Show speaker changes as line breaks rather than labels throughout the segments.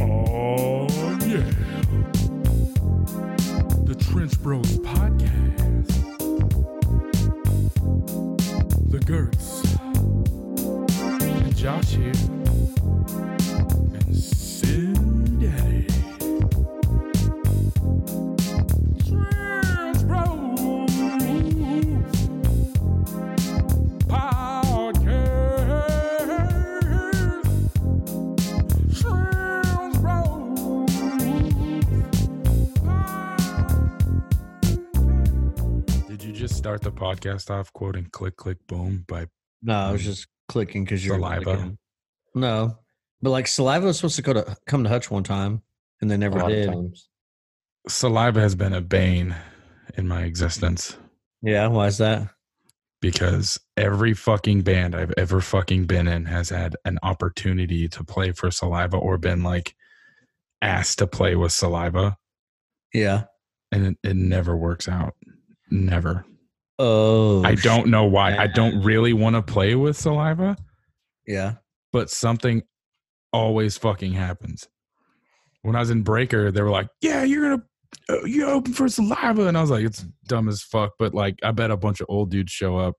Oh, start the podcast off quoting "Click Click Boom" by
No, I was
Um,
just clicking because you're
Saliva?
clicking. No, but like saliva was supposed to go to come to Hutch one time, and they
a
never
lot of
did.
times.
"Saliva" has been a bane in my existence
Yeah, why is that?
because every fucking band I've ever fucking been in has had an opportunity to play for Saliva or been like asked to play with Saliva,
Yeah.
and it, it never works out. Never.
Oh,
I
sh-
don't know why. I don't really want to play with saliva,
Yeah.
but something always fucking happens. When I was in Breaker, they were like, "Yeah, you're gonna uh, you open for saliva," and I was like, "It's dumb as fuck." But like, I bet a bunch of old dudes show up,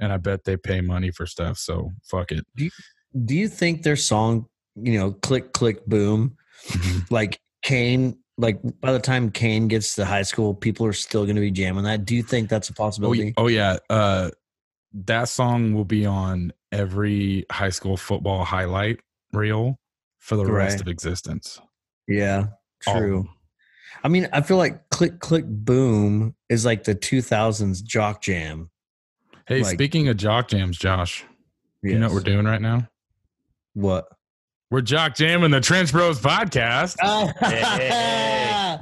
and I bet they pay money for stuff. So fuck it.
Do you think their song, you know, click click boom, like Kane? Like by the time Kane gets to high school, people are still going to be jamming that. Do you think that's
oh,
a
y-
possibility?
oh yeah, uh, that song will be on every high school football highlight reel for the rest
Right.
of existence.
yeah.
All of
True.
them.
I mean, I feel like click click boom is like the 2000s jock jam.
Hey,
Like-
speaking of jock jams, Josh, you know what
Yes.
we're doing right now?
What?
We're jock jamming the Trench Bros podcast.
hey.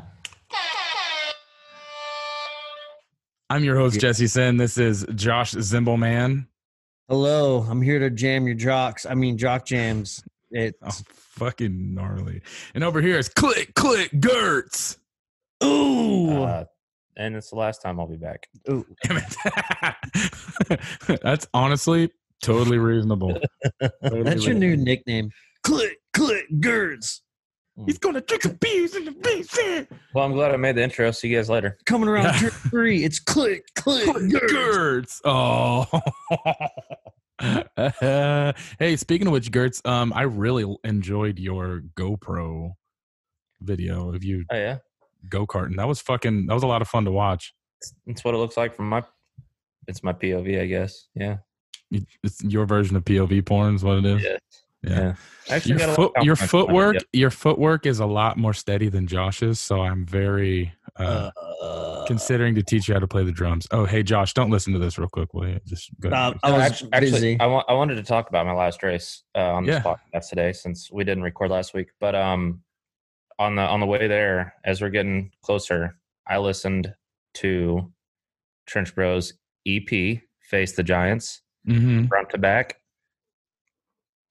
I'm your host, Jesse Sin. This is Josh Zimbleman.
Hello, I'm here to jam your jocks. I mean, jock jams. It's
Oh, fucking gnarly. And over here is Click Click Gertz.
Oh. ooh,
Uh, and it's the last time I'll be back.
ooh.
Damn it. That's honestly totally reasonable. Totally
That's your new
reasonable.
nickname. Click, click, girds.
He's going to drink a beers in the beer.
Well, I'm glad I made the intro. See you guys later.
Coming around turn three. It's click, click, girds.
Gertz. Oh. Uh, hey, speaking of which, Gertz, um, I really enjoyed your GoPro video of you
Oh yeah,
go karting. That was fucking. That was a lot of fun to watch.
it's, it's what it looks like from my. It's my POV, I guess. Yeah.
You- It's your version of POV porn is what it is.
Yeah.
Yeah.
I Actually,
Your,
got a lot of
foot, your
compliments on it,
footwork,
yeah.
your footwork is a lot more steady than Josh's. So I'm very uh,
Uh,
considering to teach you how to play the drums. Oh, hey Josh, don't listen to this real quick, will you? Just go.
uh, I
No,
was
act- actually,
busy.
I, wa- I wanted to talk about my last race uh, on this
Yeah.
podcast today since we didn't record last week. But um, on the on the way there, as we're getting closer, I listened to Trench Bros EP "Face the Giants"
Mhm.
front to back.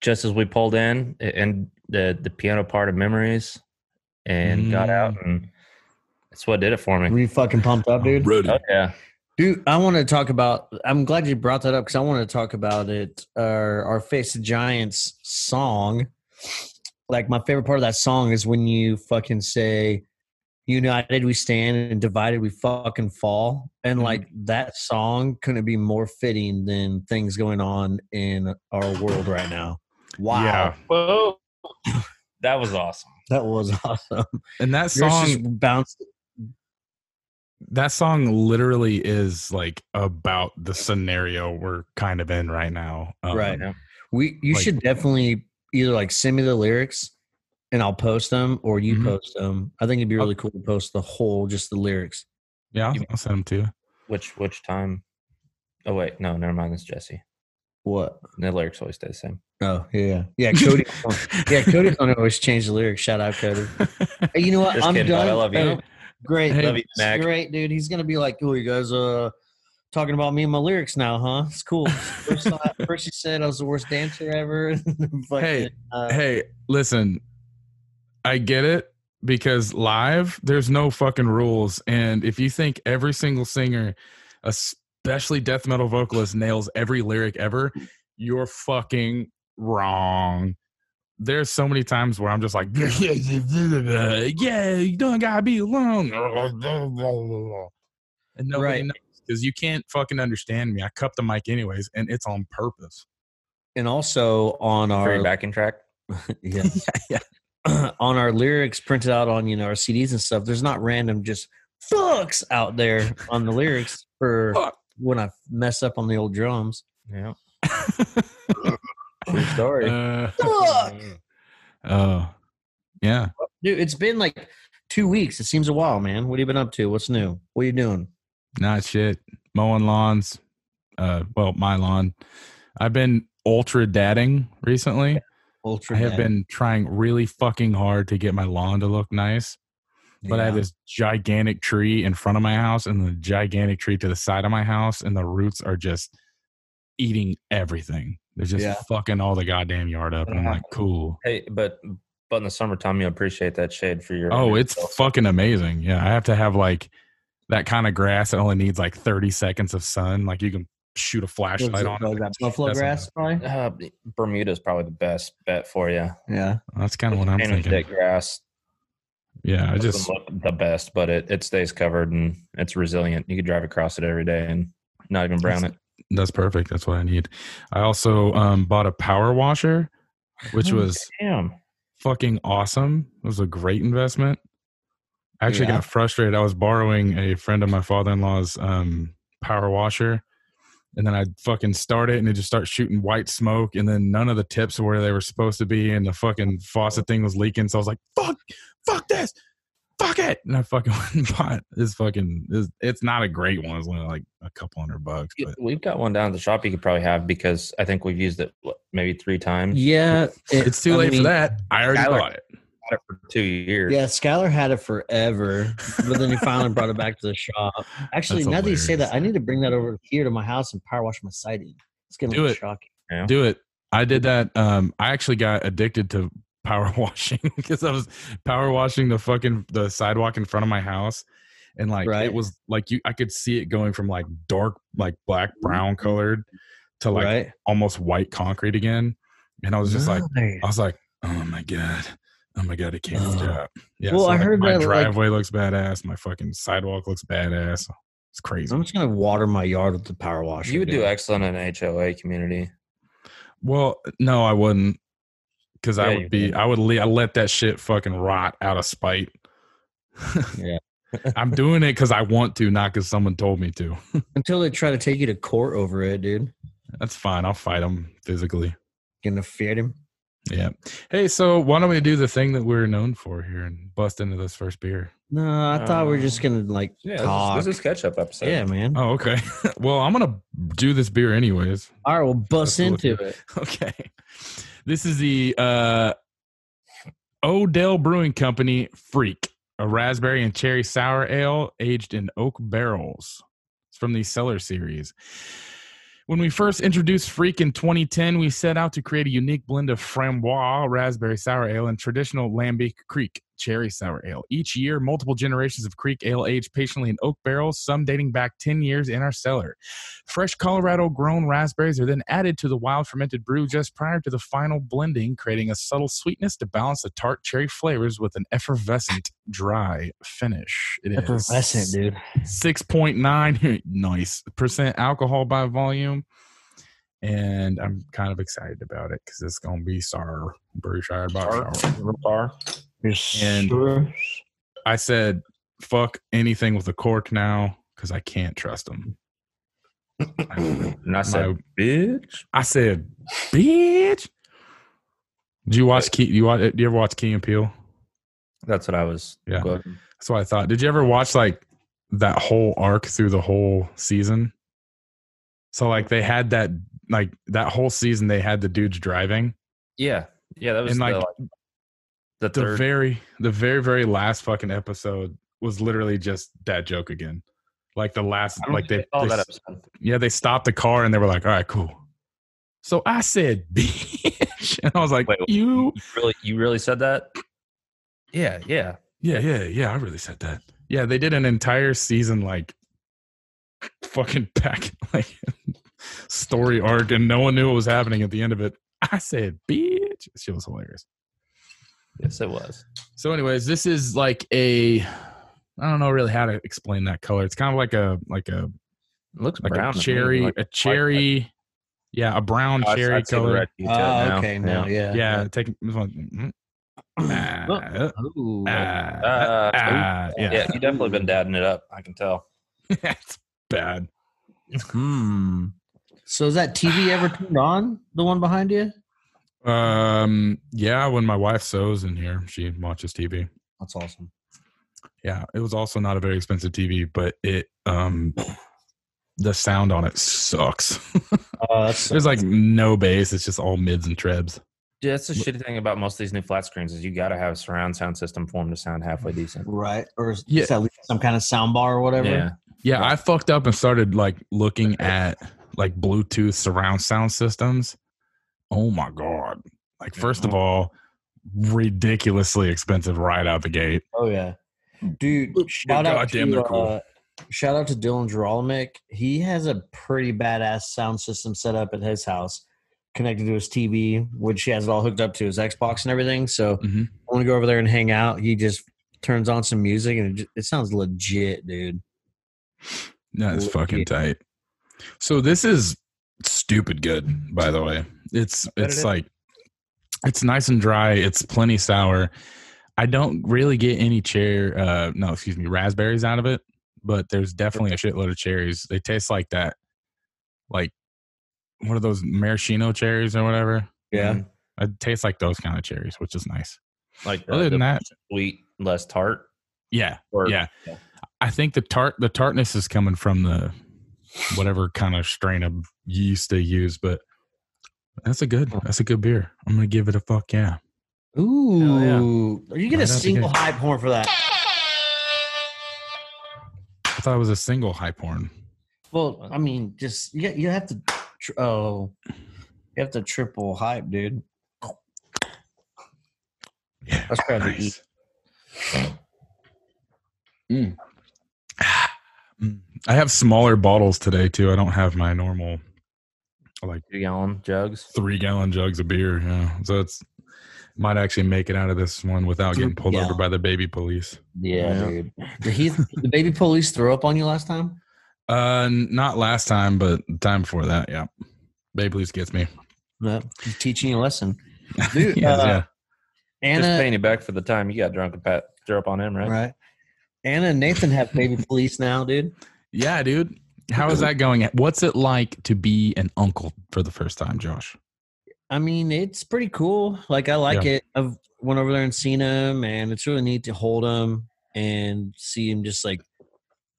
Just as we pulled in a- and the the piano part of "Memories" and got out,
Mm.
and that's what did it for
Were
me.
you fucking pumped up, dude?
Ready.
Oh, yeah,
Dude, I want to talk about. I'm glad you brought that up because I want to talk about it. Uh, our Face the Giants song. Like, my favorite part of that song is when you fucking say, United we stand and divided we fucking fall. And like, that song couldn't be more fitting than things going on in our world right now. Wow.
Yeah.
whoa, that was awesome.
That was awesome.
And that
Yours
song
just bounced.
that song literally is like about the scenario we're kind of in right now. Um,
Right.
Yeah.
We, you
Like-
should definitely either like send me the lyrics and I'll post them or you
Mhm.
Mm-hmm.
post them. I think it'd
Oh.
be really cool to post the whole, just the lyrics.
Yeah, I'll, I'll send them to you.
Which which time? Oh wait, no, never mind. That's Jesse.
What?
The lyrics always stay the same.
Oh, yeah. Yeah. Cody. yeah. Cody's going to always change the lyrics. Shout out, Cody. Hey, you know what?
Just
I'm
kidding, bud.
done.
I love you.
Oh, great.
Hey,
Love you, Mac.
Great, dude. He's going to be like, oh, you guys uh, talking about me and my lyrics now, huh? It's cool. First, I- first you said I was the worst dancer ever. Fucking,
Hey,
uh,
hey, listen, I get it because live, there's no fucking rules. And if you think every single singer, especially death metal vocalist, nails every lyric ever, you're fucking wrong. There's so many times where I'm just like, yeah, you don't gotta be alone. And nobody
Right.
knows because you can't fucking understand me. I cup the mic anyways, and it's on purpose.
And also on
Free
Uh,
our
backing track.
yeah. on our lyrics printed out on you know our CDs and stuff, there's not random just fucks out there on the lyrics for
Fuck.
when I mess up on the old drums.
Yeah.
True story.
Uh,
Fuck!
Oh, yeah.
Dude, it's been like two weeks. It seems a while, man. What have you been up to? What's new? What are you doing?
Not shit. mowing lawns. Uh, well, my lawn. I've been ultra dadding recently.
Ultra.
I have
dad.
been trying really fucking hard to get my lawn to look nice, but I have
Yeah.
this gigantic tree in front of my house and the gigantic tree to the side of my house, and the roots are just eating everything. They're just
Yeah.
fucking all the goddamn yard up. And I'm like, cool.
Hey, but but in the summertime, you appreciate that shade for your.
Oh, it's fucking amazing. Yeah, I have to have like that kind of grass that only needs like 30 seconds of sun. Like you can shoot a
What is
flashlight
it,
on
like
it.
that buffalo
That's
grass. probably?
Uh, Bermuda's probably the best bet for you.
Yeah.
That's kind of what I'm
That
thinking.
grass
Yeah, I just
doesn't look the best, but it, it stays covered and it's resilient. You could drive across it every day and not even brown it.
that's perfect. That's what I need. I also um, bought a power washer, which
Oh,
was
Damn.
fucking awesome. It was a great investment. I actually
Yeah.
got frustrated. I was borrowing a friend of my father in law's um, power washer, and then I fucking start it, and it just starts shooting white smoke, and then none of the tips were where they were supposed to be, and the fucking faucet thing was leaking. So I was like, "Fuck, fuck this, fuck it," and I fucking went and bought this fucking. It's, it's not a great one. It's only like a couple hundred bucks,
Yeah,
but
We've got one down at the shop you could probably have because I think we've used it what, maybe three times.
Yeah. it-
it's too
I
late
mean,
for that. I already
I like-
bought it.
Had it for two years.
Yeah, Skylar had it forever, but then he finally brought it back to the shop. Actually,
That's
now that you say
hilarious.
that, I need to bring that over here to my house and power wash my siding. It's getting
Do
a little
it.
shocking.
Do it. I did that. Um, I actually got addicted to power washing because I was power washing the fucking the sidewalk in front of my house, and like
Right.
it was like you, I could see it going from like dark, like black brown colored to like
Mm-hmm. right?
almost white concrete again, and I was just like, I was like, oh my god. Oh my god! It can't
Oh.
stop. Yeah.
Well, I
like,
heard
my
that, like-
driveway looks badass. My fucking sidewalk looks badass. It's crazy.
I'm just gonna water my yard with the power washer.
You would do
dude.
excellent in an HOA community.
Well, no, I wouldn't, because I
Yeah,
would
you
be. I would. Le- I let that shit fucking rot out of spite.
Yeah.
I'm doing it because I want to, not because someone told me to.
until they try to take you to court over it, dude.
That's fine. I'll fight them physically.
Gonna fear him.
Yeah. Hey, so why don't we do the thing that we're known for here and bust into this first beer?
No, I thought we were just gonna like talk.
Uh, this is catch up episode.
yeah, man.
Oh, okay. well, I'm gonna do this beer anyways.
All right, we'll bust
Let's do
into
it.
it.
Okay. This is the uh, Odell Brewing Company Freak, a raspberry and cherry sour ale aged in oak barrels. It's from the Cellar Series. When we first introduced Freak in 2010, we set out to create a unique blend of framboise raspberry sour ale and traditional Lambic Creek cherry sour ale. Each year, multiple generations of Creek ale aged patiently in oak barrels, some dating back 10 years in our cellar. Fresh Colorado grown raspberries are then added to the wild fermented brew just prior to the final blending, creating a subtle sweetness to balance the tart cherry flavors with an effervescent dry finish. It is
Effervescent, dude.
6.9 nice percent alcohol by volume. And I'm kind of excited about it because it's going to be sour. I'm pretty sure I bought sour.
Bar.
You're
And-
sure?
I said, fuck anything with a cork now because I can't trust them. I-
And I said,
my-
bitch.
I said, "Bitch." Do you watch Key? Do you watch? Do you ever watch Key and Peele?
That's what I was.
Yeah.
quoting.
That's what I thought. Did you ever watch like that whole arc through the whole season? So like they had that like that whole season they had the dudes driving.
Yeah. Yeah. That was
And,
the,
like,
like,
The
the third.
very the very very last fucking episode was literally just that joke again. Like the last
I don't
like
think
they,
call
they
that
s-
episode.
yeah, they stopped the car and they were like, "All right, cool." So I said, "Bitch," and I was like,
Wait, wait.
"You
You really, you really said that? Yeah. Yeah.
Yeah, yeah, yeah. I really said that. Yeah, they did an entire season like fucking pack like story arc, and no one knew what was happening at the end of it. I said, "Bitch," she was hilarious.
Yes, it was.
So, anyways, this is like a I don't know really how to explain that color. It's kind of like a like a
It looks
like
brown.
a
to me,
cherry,
like-
a cherry, yeah, a brown
I- I
cherry
see the
color.
red detail
Oh,
Ah, now.
okay, now yeah.
Yeah, take this one. Mm. Ah,
Ooh.
ah,
Uh,
ah,
Yeah,
yeah,
you definitely been dadding it up. I can tell.
it's bad.
Hmm. So is that TV ever turned on? The one behind you?
Um, yeah, when my wife sews in here, she watches TV.
That's awesome.
Yeah, it was also not a very expensive TV, but it um the sound on it sucks.
Oh, that's
There's like no bass. It's just all mids and trebs.
Dude, that's the shitty thing about most of these new flat screens is you got to have a surround sound system for them to sound halfway decent.
right, or is
Yeah.
is that some kind of sound bar or whatever.
Yeah,
Yeah, I fucked up and started like looking at like Bluetooth surround sound systems. Oh my god! Like first of all, ridiculously expensive right out the gate.
Oh yeah, dude! Shout out
goddamn,
to
they're cool.
uh, shout out to Dylan Geralmick. He has a pretty badass sound system set up at his house, connected to his TV, which he has it all hooked up to his Xbox and everything. So
Mhm.
I want to go over there and hang out. He just turns on some music and it, ju- it sounds legit, dude.
That's
Legit.
fucking tight. So this is stupid good, by the way. It's
bet it
it's
is.
like it's nice and dry. It's plenty sour. I don't really get any cherry. Uh, no, excuse me, raspberries out of it. But there's definitely a shitload of cherries. They taste like that, like what are those maraschino cherries or whatever?
Yeah,
Mhm.
It tastes like those kind of cherries, which is nice.
Mm-hmm. like
Other
the-
than
the
that-
sweet, less tart.
Yeah,
Or,
yeah.
yeah.
I think the tart the tartness is coming from the whatever kind of strain of yeast they use, but that's a good that's a good beer. I'm gonna give it a fuck yeah.
Ooh, are you
Right
gonna
out the
single
gate.
high horn for that?
I thought it was a single high porn.
Well, I mean, just you you have to tr- oh, you have to triple hype, dude.
Yeah,
That's probably easy.
nice. Mm. Mm. I have smaller bottles today too. I don't have my normal
Two gallon jugs.
three gallon jugs of beer. Yeah. So it's might actually make it out of this one without getting pulled over
Gallon.
by the baby police.
Yeah,
Yeah.
dude. Did he, the baby police throw up on you last time?
Uh, n- not last time, but the time before that, yeah. Babe Blues gets me.
No, he's teaching you a lesson. Dude,
Yes,
uh,
yeah.
Just
Anna,
paying you back for the time you got drunk and pat threw up on him, right?
right? Anna and Nathan have baby police now, dude.
Yeah, dude. How is that going? What's it like to be an uncle for the first time, Josh?
I mean, it's pretty cool. Like I like
Yeah.
it. I have went over there and seen him, and it's really neat to hold him and see him just like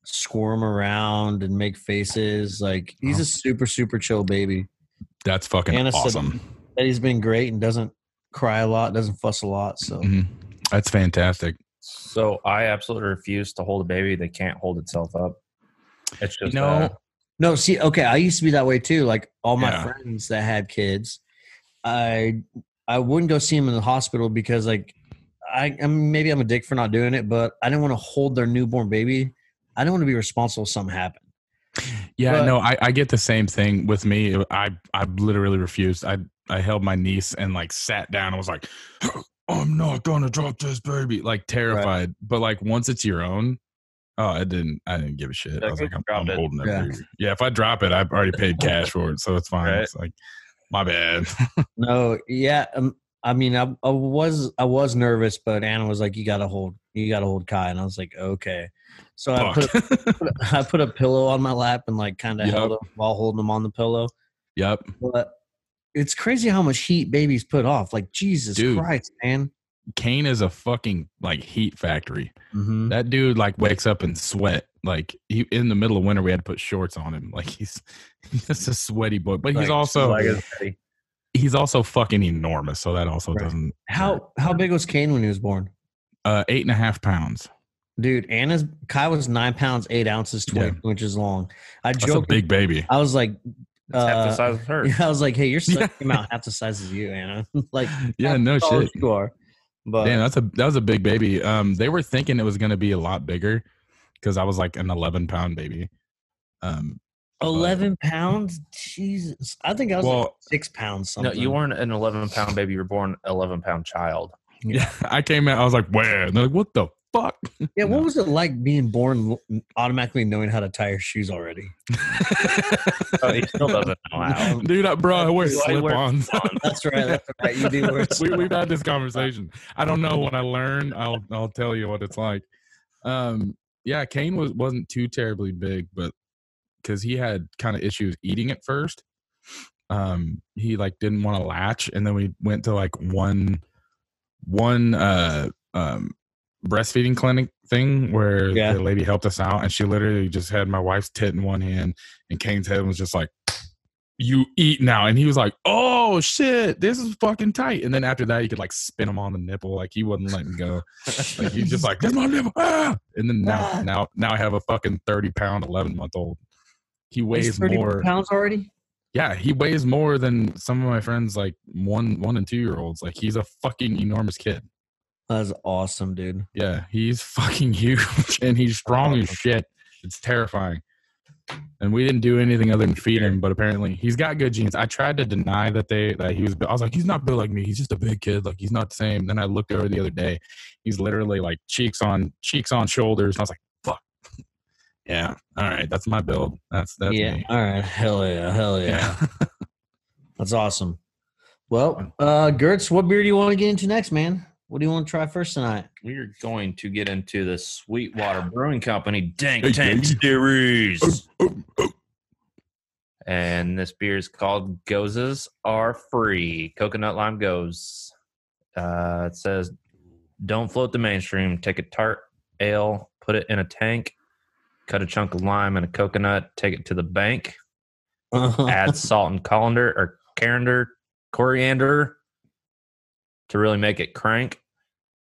squirm around and make faces. Like he's
Wow.
a super super chill baby.
That's fucking
Anna said-
awesome.
That he's been great and doesn't cry a lot, doesn't fuss a lot. So
Mhm. That's fantastic.
So I absolutely refuse to hold a baby that can't hold itself up. It's
You
just
know,
uh,
No, see, okay, I used to be that way too. Like all my
Yeah.
friends that had kids, I I wouldn't go see them in the hospital because like I, I mean, maybe I'm a dick for not doing it, but I didn't want to hold their newborn baby. I didn't want to be responsible if something happened.
Yeah,
But-
no, I, I get the same thing with me. I I literally refused. I I held my niece and like sat down and was like, I'm not gonna drop this baby. Like terrified. But like once it's your own, oh, I didn't I didn't give a shit. I
Yeah,
was
you
like, I'm,
dropped
I'm
it.
holding that
Yeah.
baby. Yeah, if I drop it, I've already paid cash for it, so it's fine.
Right.
It's like my bad.
No, yeah, um, I mean, I, I was I was nervous, but Anna was like, "You got to hold, you got to hold Kai," and I was like, "Okay." So I put,
Fuck.
I put a pillow on my lap and like kind of
Yep.
held him while holding him on the pillow.
yep.
But it's crazy how much heat babies put off. Like Jesus
Dude.
Christ, man.
Kane is a fucking like heat factory.
Mm-hmm.
That dude like wakes up in sweat. Like he in the middle of winter, we had to put shorts on him. Like he's he's just a sweaty boy. But he's
Like,
also
like it's petty.
he's also fucking enormous. So that also
Right.
doesn't
How how big was Kane when he was born?
uh eight and a half pounds.
Dude, Anna's Kai was nine pounds eight ounces,
Yeah.
twenty inches long. I
That's a
joked.
big baby.
I was like,
It's half the
uh,
size of her.
I was like, hey, your son
Yeah.
came out half the size as you, Anna. like,
Yeah,
half
no
as tall
shit.
as You are, but
Damn, that's a that was a big baby. Um they were thinking it was gonna be a lot bigger because I was like an eleven pound baby. Um
eleven pounds. Jesus, I think I was like
well
six pounds.
No,
Something.
you weren't an 11 pound baby. You were born an 11 pound child.
yeah, I came out, I was like, where? And they're like, what the fuck?
Yeah, what
No.
was it like being born l- automatically knowing how to tie your shoes already?
So Oh, he still doesn't know how.
Dude, I, bro, I wear
Dude, I
slip
wear
ons.
That's right. That's right. You do wear
we, we've had this conversation. I don't know when I learn. I'll I'll tell you what it's like. Um, yeah, Kane was wasn't too terribly big, but because he had kind of issues eating at first, um, he like didn't want to latch, and then we went to like one one uh um breastfeeding clinic thing where
Yeah.
the lady helped us out and she literally just had my wife's tit in one hand and Kane's head was just like, You eat now. And he was like, Oh shit, this is fucking tight. And then after that you could like spin him on the nipple. Like he wouldn't let me go. Like he's just like, That's my nipple. Ah! And then now
Ah.
now now I have a fucking thirty pound eleven month old. He
He's
weighs
30
more.
pounds already.
Yeah, he weighs more than some of my friends, like one one and two year olds. Like he's a fucking enormous kid.
That's awesome, dude.
Yeah, he's fucking huge and he's strong as shit. It's terrifying. And we didn't do anything other than feed him, but apparently he's got good genes. I tried to deny that they that he was. I was like, he's not built like me. He's just a big kid. Like he's not the same. Then I looked over the other day. He's literally like cheeks on cheeks on shoulders. And I was like, fuck. Yeah. All right. That's my build. That's that's
yeah.
me.
All right. Hell yeah. Hell yeah.
Yeah.
That's awesome. Well, uh, Gertz, what beer do you want to get into next, man? What do you want to try first tonight?
We're going to get into the Sweetwater Brewing Company
Hey,
Dank Tank
baby.
Series.
Oh,
And this beer is called Gozes Are Free Coconut Lime Goes. Uh, it says, Don't float the mainstream. Take a tart ale, put it in a tank, cut a chunk of lime and a coconut, take it to the bank,
Uh-huh.
add salt and colander or coriander, coriander to really make it crank.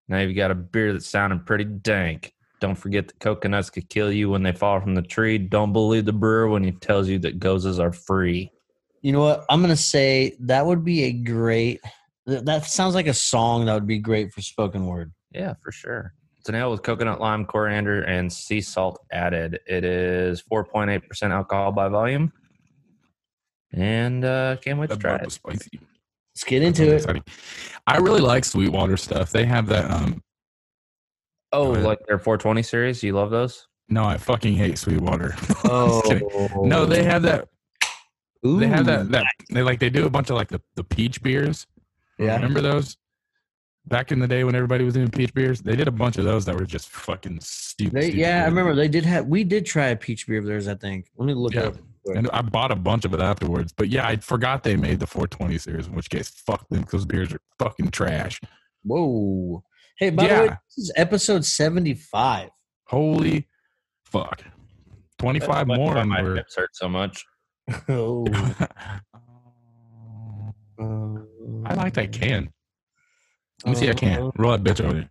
Now you've got a beer that's sounding pretty dank. Don't forget the coconuts could kill you when they fall from the tree. Don't believe the brewer when he tells you that gozes are free.
You know what? I'm gonna say that would be a great. th- That sounds like a song that would be great for spoken word.
Yeah, for sure. It's an ale with coconut, lime, coriander, and sea salt added. It is 4.8% alcohol by volume. And uh, can't wait to
That
try
bud
it.
was spicy.
Let's get
That
into
sounds
it.
exciting. I really like Sweetwater stuff. They have that. Um,
Oh,
Go ahead.
like their 420 series? You love those?
no, I fucking hate Sweetwater.
Oh,
Just kidding. No, they have that. They have that. that they like they do a bunch of like the, the peach beers.
Yeah.
Remember those? Back in the day when everybody was doing peach beers, they did a bunch of those that were just fucking stupid.
They,
stupid
yeah, I
good.
remember they did have. We did try a peach beer of theirs. I think. Let me look
Yeah.
it up.
And I bought a bunch of it afterwards. But yeah, I forgot they made the 420 series, in which case, fuck them. 'cause Those beers are fucking trash.
Whoa. Hey, by the way,
Yeah.
this is episode 75.
Holy fuck. 25
That's
more.
why
and
my
we're-
hips hurt so much.
Oh.
I like that can. Let me see. I
Uh-huh.
can roll that bitch over there.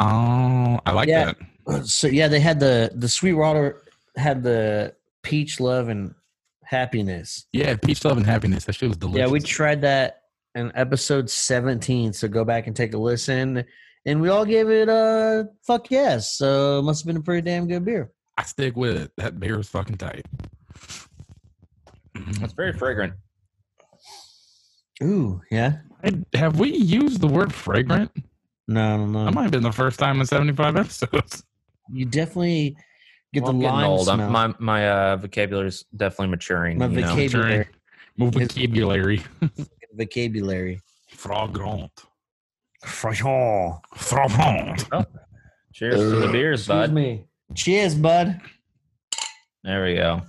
Oh, I like
Yeah.
that.
Uh, So yeah, they had the the Sweetwater had the peach love and happiness.
Yeah, peach love and happiness. That shit was delicious.
Yeah, we tried that in episode 17. So go back and take a listen. And we all gave it a fuck yes. So it must have been a pretty damn good beer.
I stick with it. That beer is fucking tight. Mhm.
It's very fragrant.
Ooh, yeah.
Hey, Have we used the word fragrant?
No, no, no.
That might have been the first time in seventy-five episodes.
you definitely get
Well, I'm
the
getting
lime
old. I'm-
smell.
my my uh, vocabulary is definitely maturing.
My
you know?
vocab-
During my vocabulary,
vocabulary.
fragrant,
Excuse
fragrant.
Cheers to the beers, bud.
me. Cheers, bud.
There we go.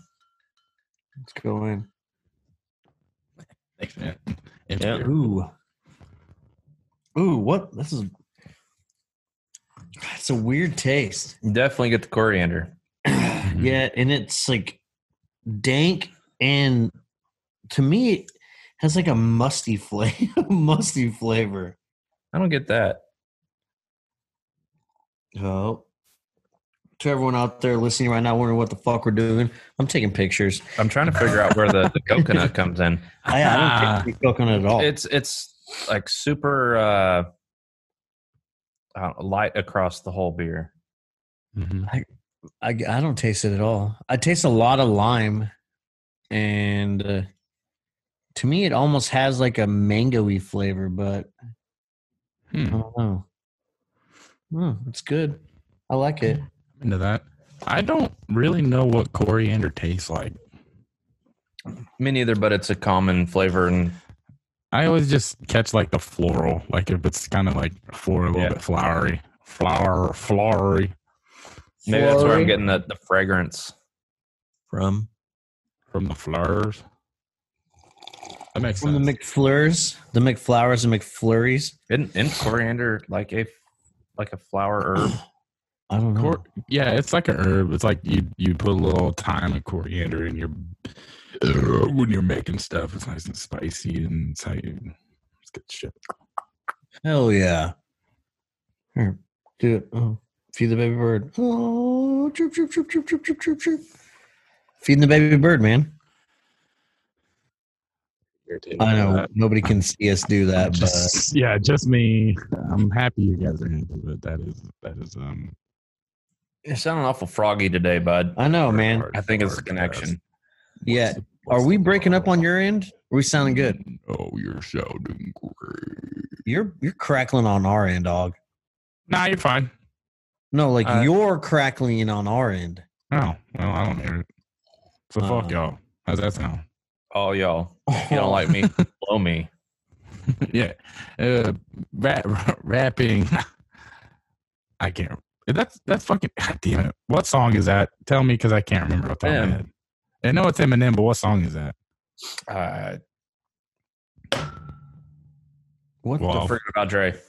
Let's go in.
Thanks, man. And
Yeah.
beer.
Ooh. Ooh, what? This is. It's a weird taste.
Definitely get the coriander. Mm-hmm.
Yeah, and it's like dank and to me it has like a musty flavor. musty flavor.
I don't get that.
Oh. To everyone out there listening right now wondering what the fuck we're doing, I'm taking pictures.
I'm trying to figure out where the, the coconut comes in.
I, I don't get coconut at all.
It's it's like super uh, uh, light across the whole beer.
Mhm.
I, I don't taste it at all. I taste a lot of lime, and uh, to me, it almost has like a mango-y flavor, but I
Hmm.
don't know. Hmm, it's good. I like it.
Into that, I don't really know what coriander tastes like.
Me neither, but it's a common flavor and
I always just catch like the floral, like if it's kind of like floral, a little
Yeah.
bit flowery, flower, flowery
maybe that's where I'm
Flowery.
getting the, the fragrance.
from
from the flowers. That makes
from the
sense.
McFlurs, the McFlowers and McFlurries.
Isn't, isn't coriander like a like a flower herb?
I don't know.
Cor- yeah, it's like a herb. It's like you you put a little thyme and coriander in your uh, when you're making stuff. It's nice and spicy, and it's how you it's good shit.
Hell yeah. Here, do it. Oh, feed the baby bird. Oh, chirp, chirp, chirp, chirp, chirp, chirp, chirp, chirp. Feeding the baby bird, man. I know nobody can see us do that, but
Uh, Just- yeah, just me. I'm happy you guys are into it. That is that is um.
You're sounding awful froggy today, bud.
I know, man.
hard-
I think it's the
hard
connection.
ass.
Yeah.
What's the-
Are
what's
we
the
breaking up
problem?
on your end? Are we sounding good?
Oh, you're sounding great.
You're you're crackling on our end, dog.
Nah, you're fine.
No, like
Uh,
you're crackling on our end.
Oh, well, I don't hear it. So
Uh.
fuck y'all. How's that sound?
Oh, y'all. You don't like me?
Oh.
Blow me.
yeah. Uh, rap, rapping. I can't. That's that's fucking. God damn it. What song is that? Tell me, because I can't remember off the top of my
Eminem.
head. I know it's Eminem, but what song is that?
Uh,
What
Wow.
the
forget about Dre.
Forget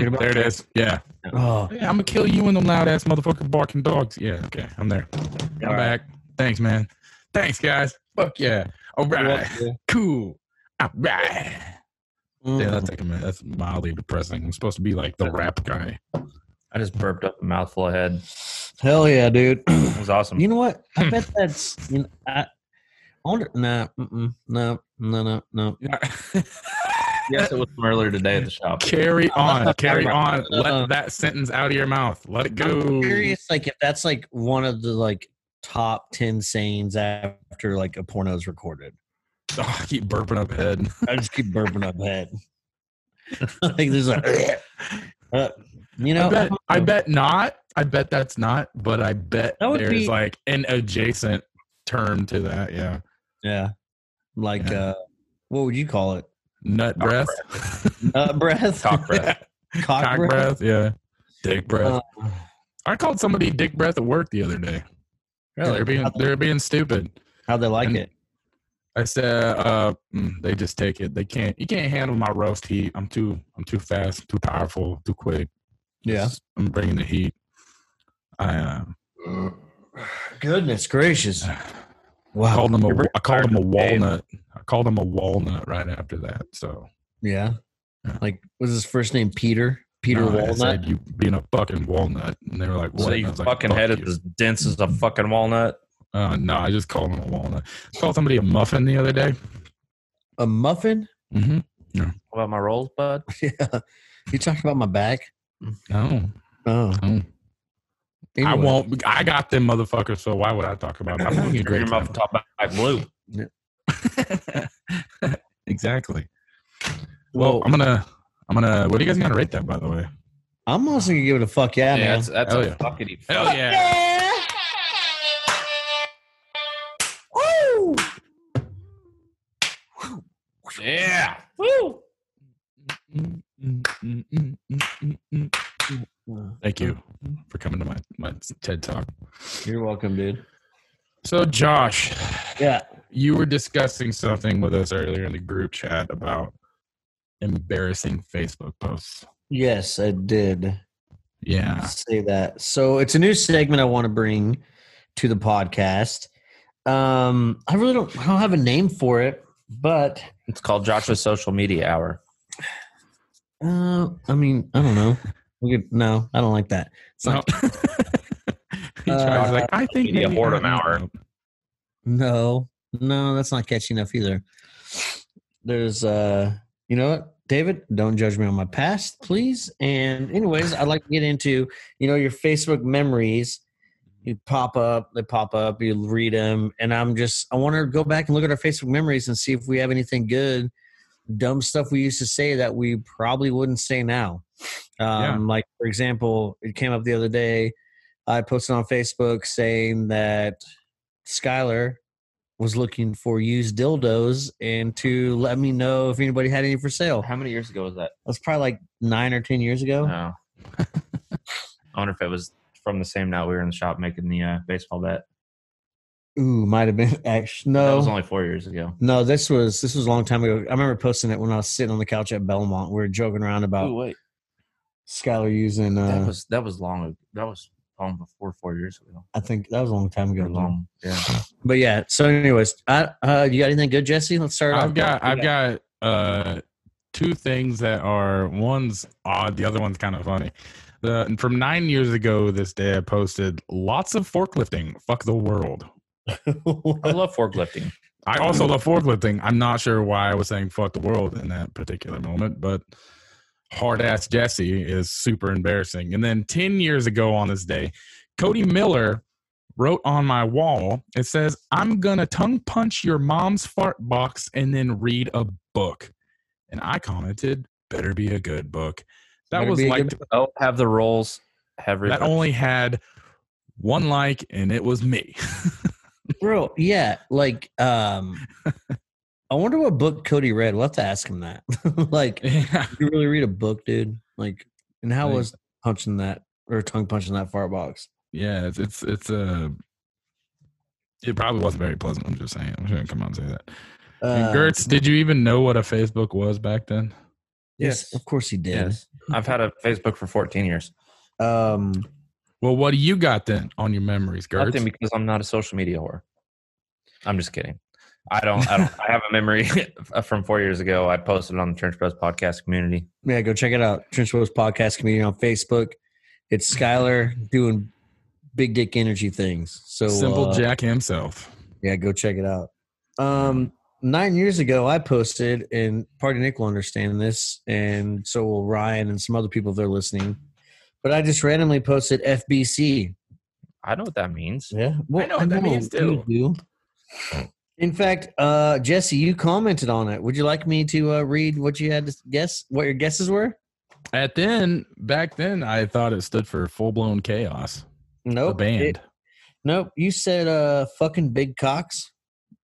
Mm,
about
there it
that.
is. Yeah.
frick? Oh,
yeah. I'm gonna kill you and them loud ass motherfucking barking dogs. Yeah. Okay. I'm there. I'm
All right.
back. Thanks, man. Thanks, guys. Fuck yeah. All right. Cool. All right.
Mm-hmm.
Yeah,
Mm.
that's like a minute. That's mildly depressing. I'm supposed to be like the rap guy.
I just burped up a mouthful of head.
Hell yeah, dude.
It was awesome.
You know what? I bet that's. You know, I, I wonder. Nah, mm-mm, no, no, no, no.
yes, it was from earlier today at the shop.
carry on, carry on.
Uh-uh.
Let that sentence out of your mouth. Let it
I'm
go.
curious, like if that's like one of the like top ten sayings after like a porno's recorded.
Oh, I keep burping up head.
I just keep burping up head. like there's a, uh, you know,
I bet. I bet not. I bet that's not. But I bet
oh. That would
there's
be-
like an adjacent term to that. Yeah,
yeah. Like,
Yeah.
uh what would you call it?
nut breath,
Nut breath,
Cock breath.
cock,
cock
breath.
breath. Yeah, dick breath.
Uh,
I called somebody dick breath at work the other day. Yeah, they're being they're being stupid.
How they like
And-
it?
I said, uh, mm, they just take it. They can't. You can't handle my roast heat. I'm too. I'm too fast. Too powerful. Too quick.
Yeah.
I'm bringing the heat. I um,
Goodness gracious!
uh,
Wow.
called him a.
You're
I called him a
tired.
walnut. I called him a walnut right after that. So
Yeah.
Yeah.
Like, was his first name Peter? Peter
No, I
Walnut?
said, you being a fucking walnut, and they were like, "What?"
So
And I
your
was like,
fucking
"Fuck
head
you."
is as dense as a fucking walnut.
Uh, no, I just called him a walnut. Called somebody a muffin the other day.
A muffin?
Mm-hmm.
What about my rolls, bud?
yeah. You talking about my back?
No,
Oh.
no. I
anyway.
won't. I got them motherfuckers. So why would I talk about? Them? I'm having a
Turn
great
your
time.
mouth top back blue.
exactly. Well,
Well,
I'm gonna, I'm gonna. What are you guys gonna rate that, by the way?
I'm also gonna give it a fuck yeah,
yeah,
man.
that's, that's
Hell
a
yeah.
fuckity
Hell yeah!
Yeah.
Thank you for coming to my my TED talk.
You're welcome, dude.
So, Josh,
Yeah.
you were discussing something with us earlier in the group chat about embarrassing Facebook posts.
Yes, I did
Yeah.
say that. So it's a new segment I want to bring to the podcast. Um, I really don't. I don't have a name for it, but
It's called Joshua's Social Media Hour.
uh, I mean, I don't know. We could, no, I don't like that. It's
So,
not,
he tries,
Uh,
like, I think
media
maybe
boredom
I-
hour.
no, no, that's not catchy enough either. There's, uh, you know what, David? Don't judge me on my past, please. And anyways, I'd like to get into, you know, your Facebook memories. You pop up, they pop up, you read them, and I'm just, I want to go back and look at our Facebook memories and see if we have anything good, dumb stuff we used to say that we probably wouldn't say now. Um,
Yeah.
Like, for example, it came up the other day. I posted on Facebook saying that Skylar was looking for used dildos and to let me know if anybody had any for sale.
How many years ago was that?
That's probably like nine or ten years ago.
No. I wonder if it was from the same night we were in the shop making the uh, baseball bet.
Ooh, might have been actually
That was
no,
only four years ago.
no. This was this was a long time ago. I remember posting it when I was sitting on the couch at Belmont. We were joking around about
wait.
Skylar using.
that
Uh,
was that was long. ag- That was long before four years ago.
I think that was a long time ago.
Or long, yeah.
But yeah. So, anyways, I, uh, you got anything good, Jesse? Let's start.
I've
off.
got I've got uh two things that are one's odd, the other one's kind of funny. The from nine years ago this day I posted lots of forklifting. Fuck the world.
I love forklifting.
I
Um,
also love forklifting. I'm not sure why I was saying fuck the world in that particular moment, but hard ass Jesse is super embarrassing. And then 10 years ago on this day, Cody Miller wrote on my wall, it says, I'm going to tongue punch your mom's fart box and then read a book. And I commented, better be a good book. That
Better
was
be a
like,
good
Oh, have the rolls. Have
that only had one like, and it was me.
bro. Yeah, like um, I wonder what book Cody read. We'll have to ask him that. like,
yeah.
you really read a book, dude? Like, and how
Like-
was punching that or tongue punching that fart box?
Yeah, it's it's it's uh, it probably wasn't very pleasant. I'm just saying. I'm just gonna come out and say that. And
Uh,
Gertz, did you even know what a Facebook was back then?
yes,
Yes.
of course he did.
Yes, I've had a Facebook for 14 years.
Um,
Well, what do you got then on your memories, Gertz?
Nothing because I'm not a social media whore. I'm just kidding. I don't. I don't. I have a memory from four years ago. I posted on the Church Bros podcast community.
yeah, go check it out. Trench Bros Podcast Community on Facebook. It's Skylar doing big dick energy things. So
Simple
uh,
Jack himself.
Yeah, go check it out. Um, nine years ago, I posted, and Party Nick will understand this, and so will Ryan and some other people if they're listening. But I just randomly posted FBC.
I know what that means.
Yeah, well,
know what that means,
you do. In fact, uh, Jesse, you commented on it. Would you like me to uh, read what you had to guess? What your guesses were?
At then, back then, I thought it stood for full blown chaos.
Nope.
the band.
Oh, it- nope. You said uh, fucking big cocks,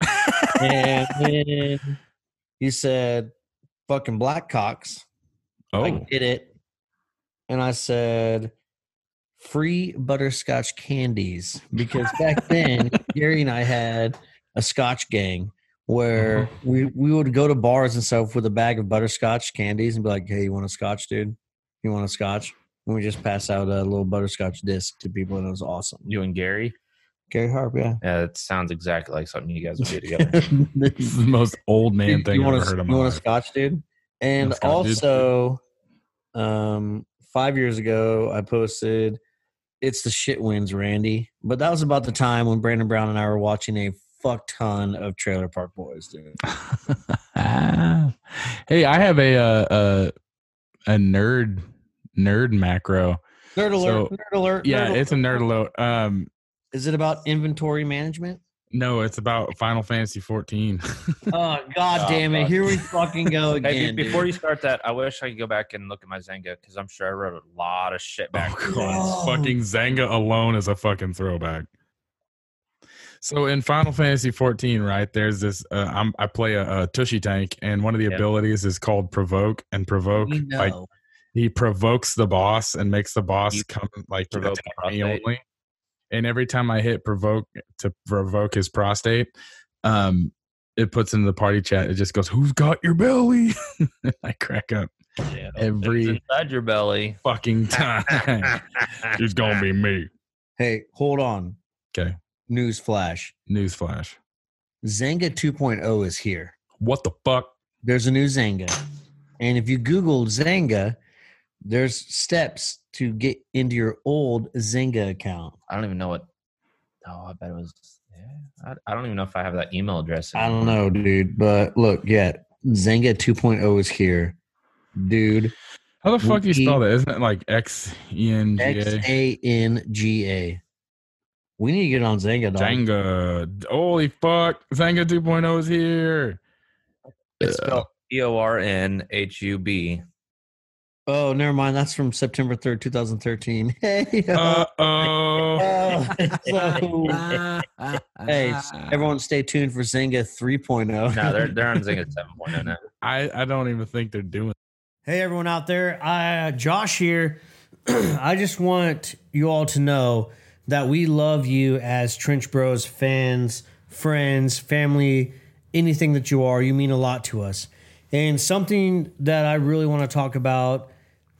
and then you said fucking black cocks.
oh,
I did it. And I said, free butterscotch candies. Because back then, Gary and I had a scotch gang where we, we would go to bars and stuff with a bag of butterscotch candies and be like, hey, you want a scotch, dude? You want a scotch? And we just pass out a little butterscotch disc to people, and it was awesome.
You and Gary.
Gary Harp, yeah.
Yeah, that sounds exactly like something you guys would do together.
this
Dude,
is the most old man
you
thing I've
want
ever
a,
heard in
you
my
want a
life.
scotch, dude? And
a scotch, dude?
also, um, five years ago, I posted "It's the shit wins, Randy," but that was about the time when Brandon Brown and I were watching a fuck ton of Trailer Park Boys, dude.
hey, I have a uh, a a nerd nerd macro.
Nerd
So-
alert! nerd alert!
Yeah,
nerd
it's a nerd
alert.
alert. Um,
Is it about inventory management?
No, it's about Final Fantasy 14.
oh god
Oh,
damn it!
God.
Here we fucking go
Hey, be-
again.
before
dude.
you start that, I wish I could go back and look at my Zanga because I'm sure I wrote a lot of shit back.
Oh,
God.
God. Fucking Zanga alone is a fucking throwback. So in Final Fantasy 14, right, there's this. Uh, I'm, I play a, a Tushy Tank, and one of the
Yeah.
abilities is called Provoke. And Provoke,
We
like,
know.
he provokes the boss and makes the boss
You
come, like,
provoke
attack me
prostate.
only. And every time I hit provoke to provoke his prostate, um, it puts into the party chat. It just goes, "Who's got your belly?" I crack up
Yeah.
every
It's inside your belly.
fucking time. it's gonna be me.
hey, hold on.
Okay.
News flash:
Newsflash.
Zanga 2.0 is here.
What the fuck?
there's a new Zanga. And if you Google Zanga, there's steps to get into your old Zanga account.
I don't even know what. Oh, I bet it was. Yeah, I, I don't even know if I have that email address.
I don't know, dude, but look, yeah, Zanga 2.0 is here. Dude,
How the fuck do you
We-
spell that? Isn't it like X E N G
X
A?
A N G A. We need to get on Zanga, dog.
Zanga. Holy fuck. Zanga 2.0 is here.
It's spelled E O R N H U B.
Oh, never mind. That's from September 3rd, 2013. Hey, yo.
Uh oh.
Oh, so- hey, everyone stay tuned for Zanga 3.0.
No, they're they're on Zynga seven point oh now.
I, I don't even think they're doing
Hey, everyone out there. Uh, Josh here. I just want you all to know that we love you as Trench Bros fans, friends, family, anything that you are. You mean a lot to us. And something that I really want to talk about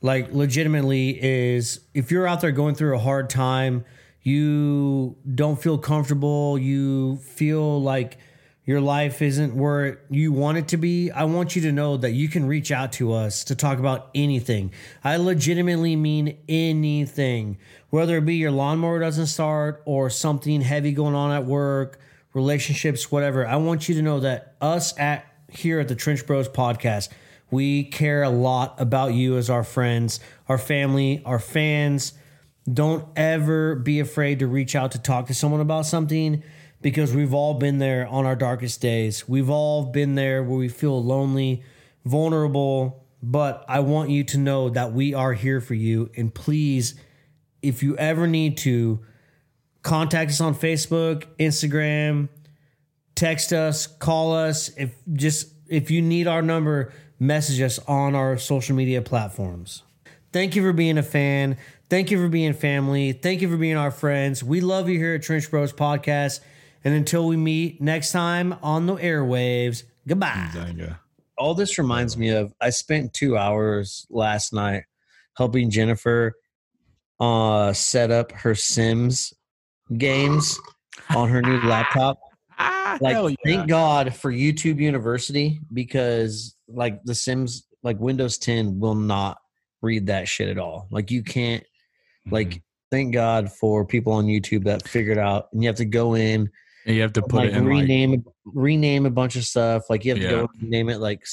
like legitimately is if you're out there going through a hard time you don't feel comfortable you feel like your life isn't where you want it to be i want you to know that you can reach out to us to talk about anything i legitimately mean anything whether it be your lawnmower doesn't start or something heavy going on at work relationships whatever i want you to know that us at here at the trench bros podcast we care a lot about you as our friends, our family, our fans. Don't ever be afraid to reach out to talk to someone about something because we've all been there on our darkest days. We've all been there where we feel lonely, vulnerable, but I want you to know that we are here for you. And please, if you ever need to, contact us on Facebook, Instagram, text us, call us. If just if you need our number, message us on our social media platforms. Thank you for being a fan. Thank you for being family. Thank you for being our friends. We love you here at Trench Bros Podcast. And until we meet next time on the airwaves, goodbye
Zanga.
all this reminds me of I spent two hours last night helping Jennifer uh set up her Sims games on her new laptop.
Ah,
Like
hell yeah.
thank God for YouTube University because like the Sims like Windows 10 will not read that shit at all. Like you can't
Mm-hmm.
like thank God for people on YouTube that figured out and you have to go in
And you have to put
like
it in like,
rename rename a bunch of stuff. Like you have to
Yeah.
go name it like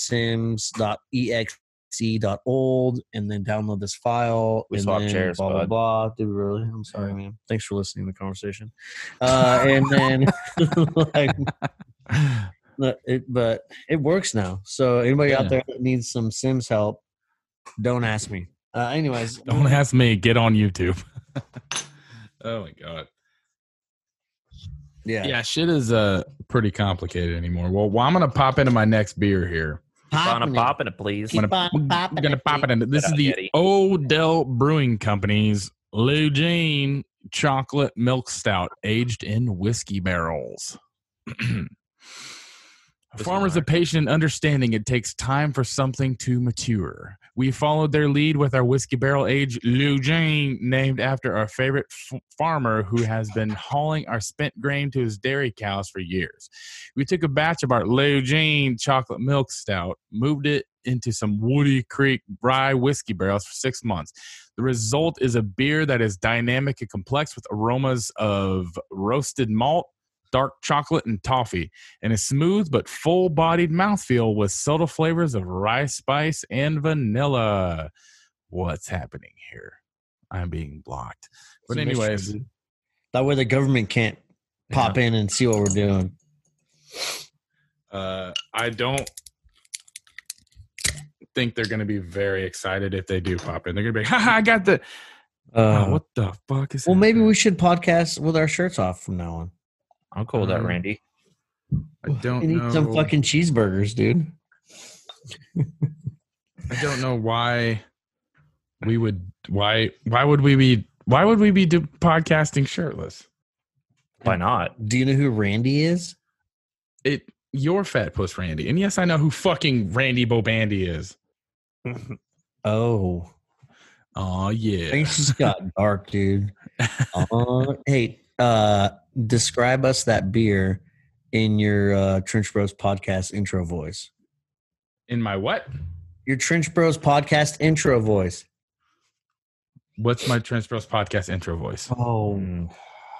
sims.exe.old and then download this file.
We
and
swapped
then
chairs,
blah, blah,
bud.
blah. Did we really? I'm sorry, man. Thanks for listening to the conversation. Uh, and then, like, but it, but it works now. So anybody
Yeah.
out there that needs some Sims help, don't ask me. Uh, anyways,
don't ask me, get on YouTube. oh my god.
yeah.
Yeah, shit is uh pretty complicated anymore. Well, well I'm gonna pop into my next beer here.
Popping
it.
it, popping it, please.
Keep
I'm gonna,
on
I'm
popping
gonna
it,
pop it in. This
Get
is
out,
the
Yeti.
Odell Brewing Company's Lou Jean Chocolate Milk Stout, aged in whiskey barrels. A
Whiskey
farmer's a
barrel.
patient understanding it takes time for something to mature. We followed their lead with our whiskey barrel age Lou Jean, named after our favorite f- farmer who has been hauling our spent grain to his dairy cows for years. We took a batch of our Lou Jean chocolate milk stout, moved it into some Woody Creek rye whiskey barrels for six months. The result is a beer that is dynamic and complex with aromas of roasted malt, dark chocolate, and toffee, and a smooth but full bodied mouthfeel with subtle flavors of rye spice and vanilla. What's happening here? I'm being blocked. But,
It's a mystery,
anyways,
dude. that way the government can't pop in and see what we're doing.
Uh, I don't think they're going to be very excited if they do pop in. They're going to be like, haha, I got the.
Uh,
Oh, what the fuck is
well, maybe
happening?
we should podcast with our shirts off from now on.
I'm cool with that,
Mm.
Um,
Randy.
I don't
and
know.
eat some fucking cheeseburgers, dude.
I don't know why we would. Why? Why would we be? Why would we be do podcasting shirtless?
Why not?
Do you know who Randy is?
It. Your fat puss, Randy. And yes, I know who fucking Randy Bobandy is.
Oh,
Oh yeah.
things just got dark, dude. Uh, hey, uh, describe us that beer in your uh, Trench Bros podcast intro voice.
In my what?
Your Trench Bros podcast intro voice.
What's my Transpros podcast intro voice?
Oh,
Mm.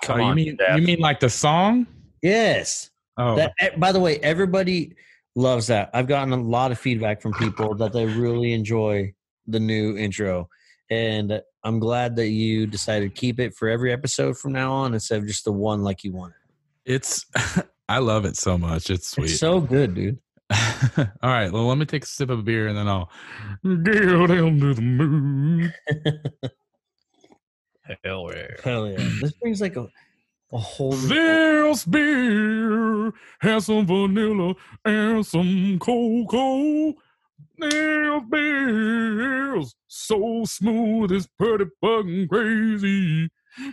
oh, you
on,
mean
Jeff.
you mean like the song?
yes.
Oh,
That, eh, by the way, everybody loves that. I've gotten a lot of feedback from people that they really enjoy the new intro. And I'm glad that you decided to keep it for every episode from now on instead of just the one like you wanted.
It's I love it so much. It's sweet.
It's so good, dude.
All right, well, let me take a sip of beer and then I'll get down to the moon.
Hell yeah.
Hell yeah. This brings like a, a whole new
This beer has some vanilla and some cocoa. This beer's so smooth, it's pretty fucking crazy.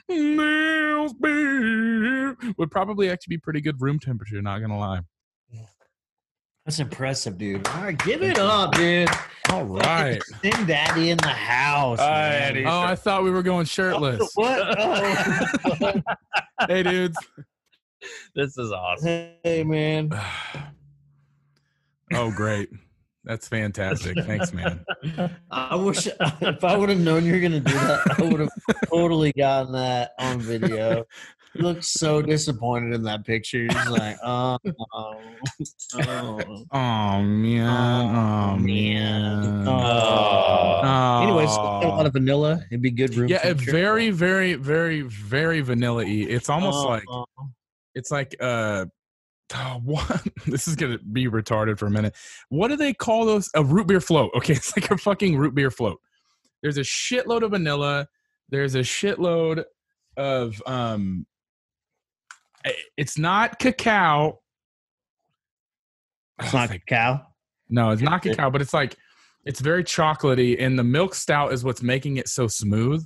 This beer would probably actually be pretty good room temperature. Not gonna lie.
That's impressive, dude. All right, give it up, dude.
All right.
Send daddy in the house.
All
man.
righty.
Oh, I thought we were going shirtless.
What? Oh.
Hey, dudes.
This is awesome.
hey, man.
Oh, great. That's fantastic. Thanks, man.
I wish if I would have known you were gonna do that, I would have totally gotten that on video. You look so disappointed in that picture. You're just like, oh, oh, oh,
Oh man. Oh, man.
Oh.
Oh.
Anyways, a lot of vanilla. It'd be good room.
yeah, it
temperature.
very, very, very, very vanilla y. It's almost
Oh,
like
oh.
it's like uh oh, what this is gonna be retarded for a minute. What do they call those? A root beer float. Okay, it's like a fucking root beer float. There's a shitload of vanilla, there's a shitload of um i- it's not cacao.
it's not cacao.
No, it's not cacao, but it's like it's very chocolatey, and the milk stout is what's making it so smooth.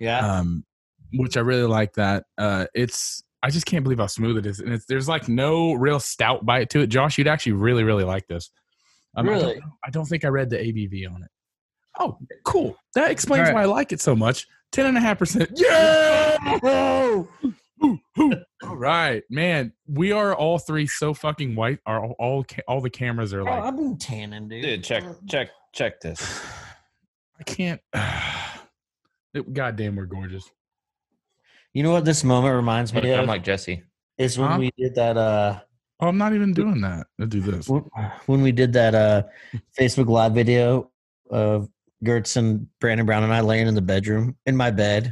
Yeah.
Um, which I really like that. Uh, it's I just can't believe how smooth it is, and it's, there's like no real stout bite to it. Josh, you'd actually really really like this. Um, I
really?
don't, I don't think I read the ABV on it. Oh, cool. That explains
All
why
right.
I like it so much. Ten and a half percent. Yeah.
Oh,
Ooh, ooh. All right, man. We are all three so fucking white. Are all all, ca- all the cameras are like
I've been tanning, dude.
Dude, check, check, check this.
I can't. It- goddamn, we're gorgeous.
You know what this moment reminds me of?
I'm like Jesse.
is when
Huh?
we did that. Uh,
Oh, I'm not even doing that. I do this.
when when we did that uh, Facebook Live video of Gertz and Brandon Brown and I laying in the bedroom in my bed,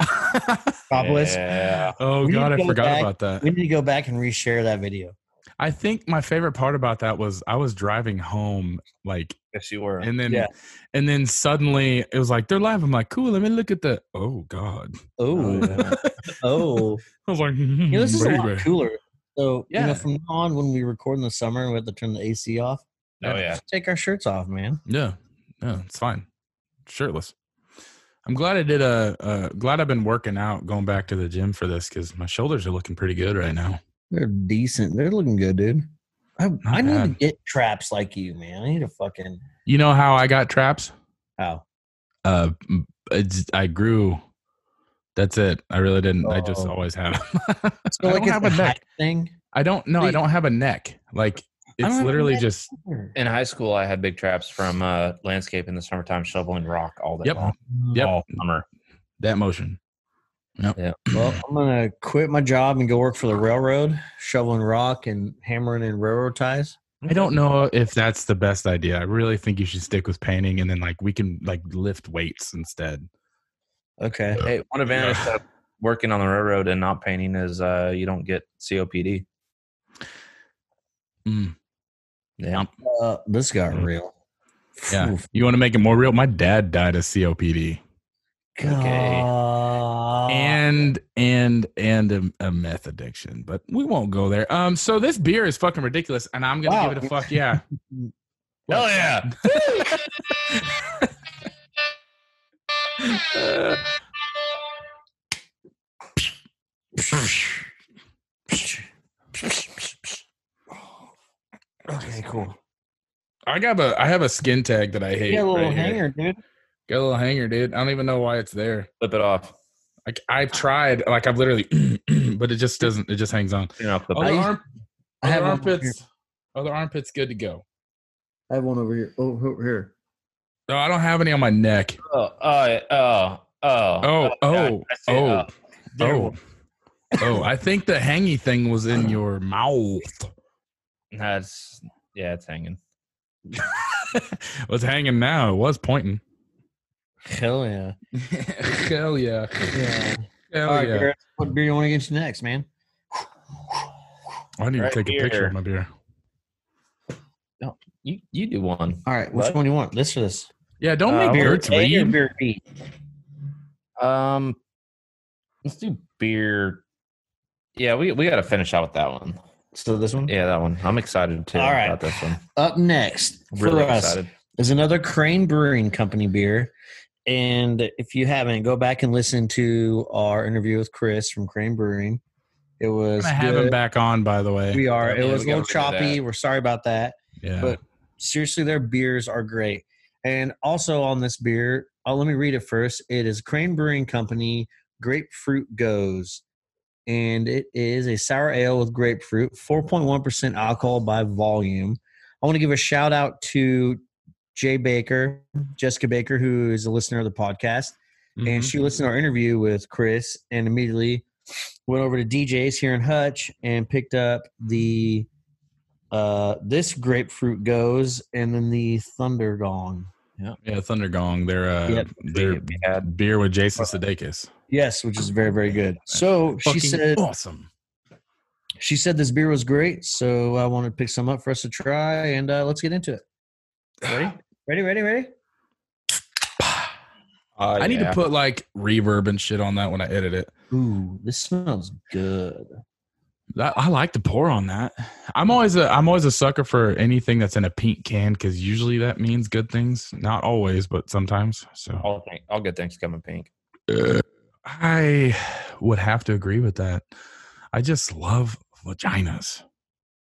topless.
Yeah.
oh
We
god,
need
I
to go
forgot
back.
about that.
We need to go back and reshare that video.
I think my favorite part about that was I was driving home, like,
Yes, you were.
and then,
Yeah.
and then suddenly it was like they're live. I'm like, cool. Let me look at the. Oh god.
Oh,
Oh, yeah.
oh,
I was like, "Hmm,
you know, this is a lot
baby.
cooler. So you
Yeah.
know, from now on, when we record in the summer, we have to turn the AC off.
Oh, yeah.
Just take our shirts off, man.
Yeah, yeah, it's fine. Shirtless. I'm glad I did a. Uh, glad I've been working out, going back to the gym for this because my shoulders are looking pretty good right now.
They're decent. They're looking good, dude. I, I need to
bad.
get traps like you, man. I need to fucking
You know how I got traps?
how
Uh, m- it's, I grew. That's it. I really didn't. I just
Oh.
always have.
so
I
like
don't
it's
have
a
a
height
neck.
thing.
I don't. No, I
Wait.
don't have a neck. Like
don't
it's
have a
literally
neck.
just.
In high school, I had big traps from uh, landscape in the summertime, shoveling rock all day
Yep.
long.
Yep.
All summer.
That motion.
Well, I'm gonna quit my job and go work for the railroad, shoveling rock and hammering in railroad ties.
I don't know if that's the best idea. I really think you should stick with painting, and then like we can like lift weights instead.
Okay.
Hey, one advantage
Yeah.
of working on the railroad and not painting is uh, you don't get COPD.
Mm.
Yeah.
Uh, this got
Mm-hmm.
real.
Yeah.
Oof.
You want to make it more real? My dad died of COPD
Okay.
God.
and and and a, a meth addiction, but we won't go there. Um, so this beer is fucking ridiculous, and I'm gonna
Wow.
give it a fuck yeah.
Hell yeah.
okay, cool.
I got a I have a skin tag that I hate.
Yeah, little
right here.
hanger, dude.
Got a little hanger, dude. I don't even know why it's there.
Flip it off.
Like I've tried, like I've literally, but it just doesn't. It just hangs on.
Clean off the
Other,
I-
arm,
I
other
have one over here.
armpits, other armpits, good to go.
I have one over here. Oh, over here.
No, I don't have any on my neck.
Oh, oh, oh, oh,
Oh, oh,
I see uh, it.
oh,
There
oh, oh! I think the hangy thing was in your mouth.
That's yeah, it's hanging.
was hanging now. It was pointing.
Hell yeah.
Hell yeah!
Yeah.
Hell
All right,
yeah!
Garrett, what beer you want to get you next, man?
I need to
Right
take a picture
here.
of my beer.
You you do one.
All right, which
What?
one do you want? This or this?
Yeah, don't
Uh,
make
beer
Gertz read.
beer B.
Um, let's do beer. Yeah, we we got to finish out with that one.
So this one.
Yeah, that one. I'm excited too
All right.
about this one.
Up next
I'm
for
really
us
excited.
is another Crane Brewing Company beer. And if you haven't, go back and listen to our interview with Chris from Crane Brewing. It
I'm
was
gonna have
good.
him back on, by the way.
We are.
Yeah,
it was
we
a little
gotta redo that.
choppy. We're sorry about that.
Yeah.
But- Seriously, their beers are great. And also on this beer, oh, let me read it first. It is Crane Brewing Company Grapefruit Goes. And it is a sour ale with grapefruit, 4.1% alcohol by volume. I want to give a shout out to Jay Baker, Jessica Baker, who is a listener of the podcast and
Mhm.
she listened to our interview with Chris and immediately went over to DJ's here in Hutch and picked up the uh this grapefruit goes and then the thunder gong.
yeah, Thunder Gong. They're uh,
Yep.
their
We had-
beer with Jason Sudeikis.
Yes, which is very very good. So she
Fucking
said
awesome.
she said this beer was great, so I wanted to pick some up for us to try and uh let's get into it. Ready? Ready, ready, ready?
Oh,
I need
yeah.
to put like reverb and shit on that when I edit it.
Ooh, this smells good.
That, I like to pour on that. I'm always a I'm always a sucker for anything that's in a pink can because usually that means good things. Not always, but sometimes. So
All, thing, all good things come in pink.
uh, I would have to agree with that. I just love vaginas.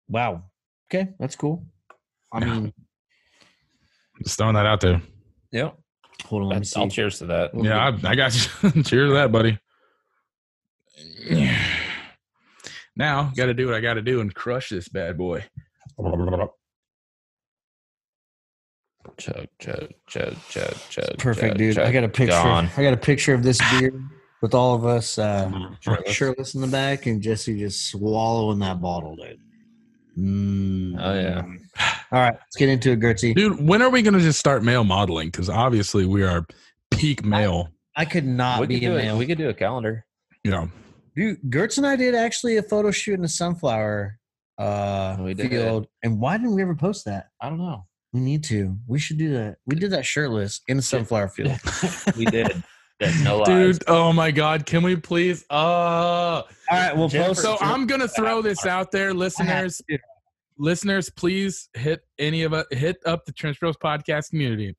Wow. Okay, that's cool. I
Yeah.
mean,
Just throwing that out there.
Yep.
hold on, let me
That's, I'll
see.
cheers to that.
Yeah, I, I got you. Cheers to that, buddy. Now, got to do what I got to do and crush this bad boy.
Chug, chug, chug, chug, chug.
Perfect,
chug,
dude. I
chug.
got a picture.
Gone.
I got a picture of this beer with all of us uh,
Shirtless.
shirtless in the back, and Jesse just swallowing that bottle, dude. Mm.
Oh, yeah.
All right, let's get into it, Gertzy.
Dude, when are we going to just start male modeling? Because obviously we are peak male.
I could not
We
be
could,
a
do a,
man.
we could do a calendar.
You know,
Dude, Gertz and I did actually a photo shoot in the sunflower uh,
We did.
field, and why didn't we ever post that?
I don't know.
We need to. We should do that. We did that shirtless in the sunflower field.
We did. There's no lies.
dude. Oh my God! Can we please? Uh
All right, we'll
Jennifer-
post.
so I'm gonna throw this out there, listeners. Listeners, please hit any of us. Hit up the Trench Bros podcast community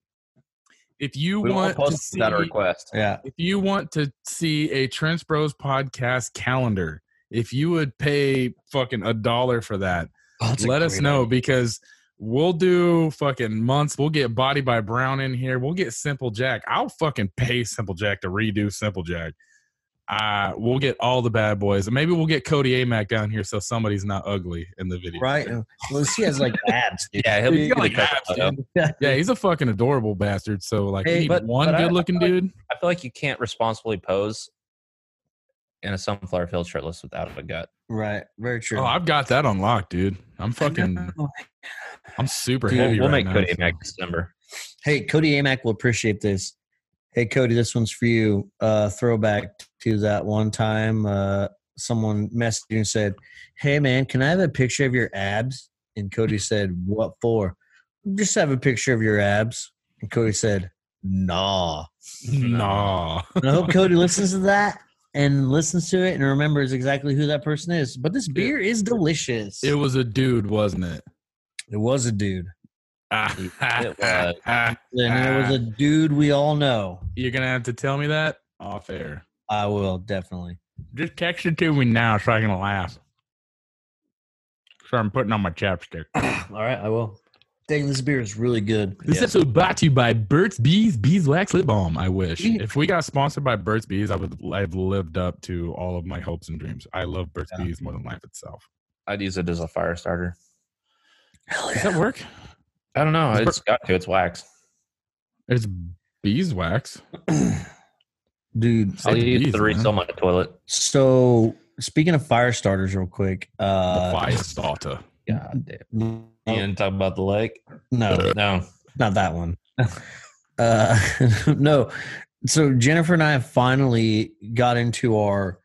if you
We
want to
won't post
see
that request.
yeah,
if you want to see a Trench Bros podcast calendar, if you would pay fucking a dollar for that,
Oh, that's a
let us
great
know
idea.
because we'll do fucking months. We'll get Body by Brown in here. We'll get Simple Jack. I'll fucking pay Simple Jack to redo Simple Jack. Uh, we'll get all the bad boys. And maybe we'll get Cody Amack down here so somebody's not ugly in the video.
Right? Well, she has like abs, dude.
Yeah, he'll be
He's got,
good.
like, abs, dude. Yeah, he's a fucking adorable bastard. So like we
Hey,
need
but-
one
but I-
good looking
I feel
dude.
I feel like you can't responsibly pose in a sunflower field shirtless without a gut.
Right. Very true.
Oh, I've got that on lock, dude. I'm fucking I'm super
Dude,
heavy.
We'll
right
make
now,
Cody
so-
next December.
Hey, Cody Amack will appreciate this. Hey, Cody, this one's for you. Uh, throwback to that one time uh, someone messaged you and said, Hey, man, can I have a picture of your abs? And Cody said, What for? Just have a picture of your abs. And Cody said, Nah.
Nah.
And I hope Cody listens to that and listens to it and remembers exactly who that person is. But this beer is delicious.
It was a dude, wasn't it?
it was a dude.
It was.
And it was a dude we all know.
You're gonna have to tell me that off air.
I will definitely.
Just text it to me now so I can laugh. So I'm putting on my chapstick.
All right, I will. Dang, this beer is really good.
This
Yeah.
episode brought to you by Burt's Bees Beeswax Lip Balm. I wish
Mm.
if we got sponsored by Burt's Bees, I would. I've lived up to all of my hopes and dreams. I love Burt's
Yeah.
Bees more than life itself.
I'd use it as a fire starter.
Hell
Does that work?
I don't know. It's got to. It's wax.
It's beeswax.
dude.
Say
I'll use
bees,
the refill
man.
my toilet.
So speaking of fire starters, real quick.
The
Uh,
fire starter.
God damn.
no,
You didn't talk about the lake?
no,
Oh, No.
not that one. Uh, no. So Jennifer and I finally got into our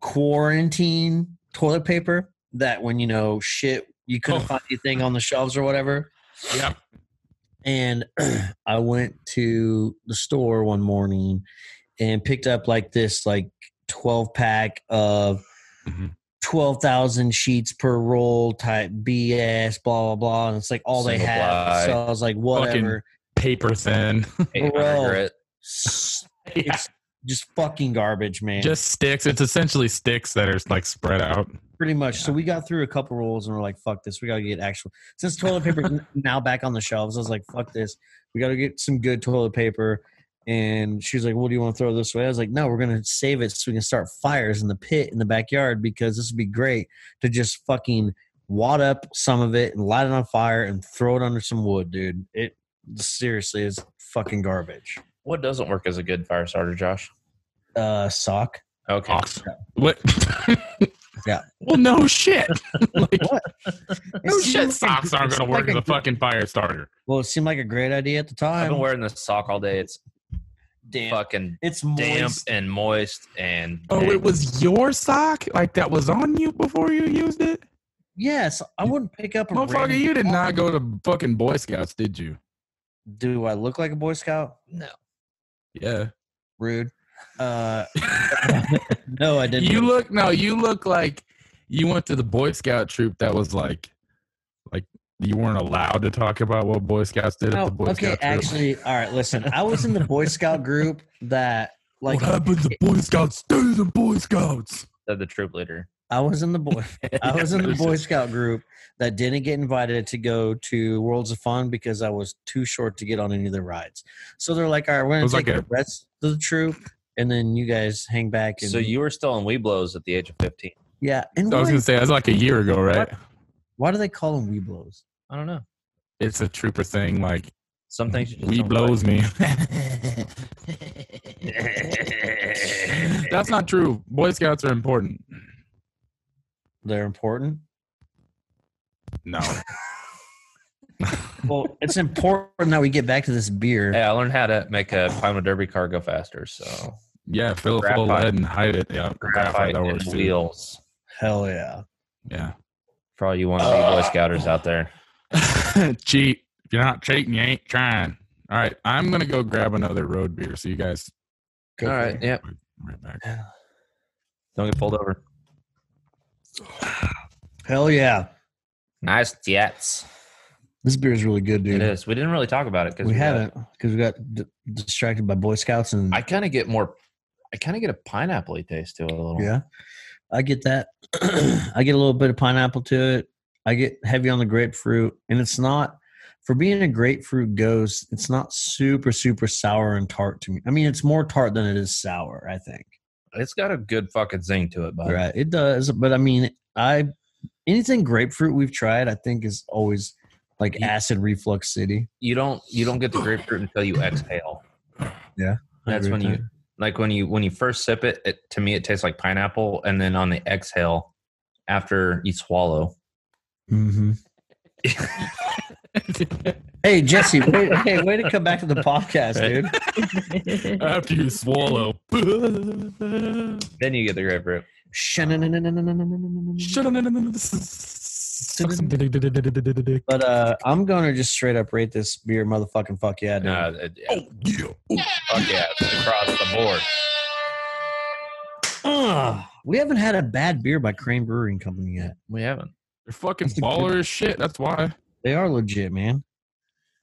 quarantine toilet paper. That when you know shit, you couldn't
Oh.
find anything on the shelves or whatever.
Yep.
and I went to the store one morning and picked up like this like 12 pack of
Mhm.
12,000 sheets per roll type BS blah blah blah and it's like all they
Single
have
ply.
so I was like whatever
Paper thin.
Hey, I
Well,
regret.
S-
Yeah.
it's just fucking garbage, man.
Just sticks. It's essentially sticks that are like spread out.
pretty much. So
yeah.
we got through a couple rules and we're like, fuck this. We gotta get actual. Since toilet paper is n- now back on the shelves, I was like, fuck this. We gotta get some good toilet paper. And she was like, "What do you want to throw this away?" I was like, "No, we're gonna save it so we can start fires in the pit in the backyard because this would be great to just fucking wad up some of it and light it on fire and throw it under some wood, dude. It seriously is fucking garbage."
What doesn't work as a good fire starter, Josh?
Uh, sock.
Okay.
Ox. What?
Yeah.
Well, no shit. like, no
It seemed
shit.
like a-
Socks aren't
it
gonna
seemed
work
like
as a fucking fire starter.
Well, it seemed like a great idea at the
I've
time.
been wearing this sock all day. It's
Damn.
fucking
It's moist.
damp and moist and
Oh, it was your sock? Like that was on you before you used it?
Yes, I wouldn't pick up a
Motherfucker,
random
you did
sock.
not go to fucking Boy Scouts, did you?
Do I look like a Boy Scout?
no.
Yeah.
Rude. Uh, no, I didn't.
you look no, you look like you went to the Boy Scout troop that was like like you weren't allowed to talk about what Boy Scouts did at
No,
the Boy
Oh, okay,
Scout troop.
actually, all right. Listen, I was in the Boy Scout group that, like,
what happens to Boy Scouts stays in Boy Scouts.
Said the troop leader.
I was in the Boy, I was in the
Yeah,
Boy Scout group that didn't get invited to go to Worlds of Fun because I was too short to get on any of the rides. So they're like, all right, we're
It
gonna
was
take
like a-
the rest of the troop, and then you guys hang back. And,
So you were still in Weeblos at the age of 15.
yeah. And
I was
why,
gonna say that's like a year ago, right?
why do they call them Weeblos?
I don't know.
It's a trooper thing. Like
Some things you just
we
don't
blows me.
like.
that's not true. Boy Scouts are important.
They're important.
No,
Well, it's important that we get back to this beer.
Hey, I learned how to make a Pima Derby car go faster. So
yeah, fill it full of
Graphite.
lead and hide it. Yeah, graphite,
graphite
that
and
works too.
wheels
Hell yeah.
Yeah,
for all you want to be Boy Scouters out there.
cheat. If you're not cheating, you ain't trying. All right, I'm gonna go grab another road beer. So you guys,
Go for it.
Yep.
right back.
Don't get pulled over.
Hell yeah.
Nice jets.
This beer is really good, dude.
It is. We didn't really talk about it because
We haven't because we got d- distracted by Boy Scouts and
I kind of get more. I kind of get a pineapple taste to it a little.
yeah, I get that. I get a little bit of pineapple to it. I get heavy on the grapefruit, and it's not for being a grapefruit goes. It's not super super sour and tart to me. I mean, it's more tart than it is sour. I think.
It's got a good fucking zing to it, bud.
Right, it does. But I mean, I anything grapefruit we've tried, I think is always like
Yeah.
acid reflux city.
You don't. You don't get the grapefruit until you exhale.
I
That's
agree
when
with
you- Like when you when you first sip it, it to me it tastes like pineapple, and then on the exhale, after you swallow,
that. Mhm. Hey Jesse, wait, hey, way to come back to the podcast, dude.
After you swallow,
then you get the grapefruit.
Shenanigans.
shut up.
But uh, I'm gonna just straight up rate this beer, motherfucking fuck yeah, dude.
No, uh, it- yeah,
Oh yeah. Ooh.
fuck yeah, it's across the board.
Ugh. we haven't had a bad beer by Crane Brewing Company yet.
We haven't.
They're fucking
That's a good-
baller as shit. That's why.
They are legit, man.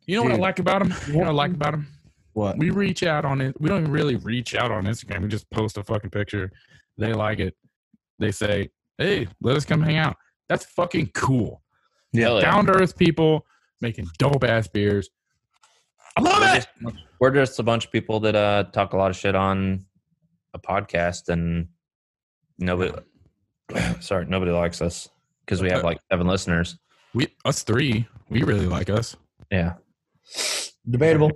You know what I
Dude.
like about them? You know what I like about them?
What?
We reach out on it. We don't even really reach out on Instagram. We just post a fucking picture. They like it. They say, hey, let us come hang out. That's fucking cool.
Yeah.
Hell
Down to earth people making dope ass beers. I love
We're
it.
just, we're just a bunch of people that uh, talk a lot of shit on a podcast, and nobody. sorry, nobody likes us because we have like seven listeners.
We us three, we really like us.
Yeah,
Debatable.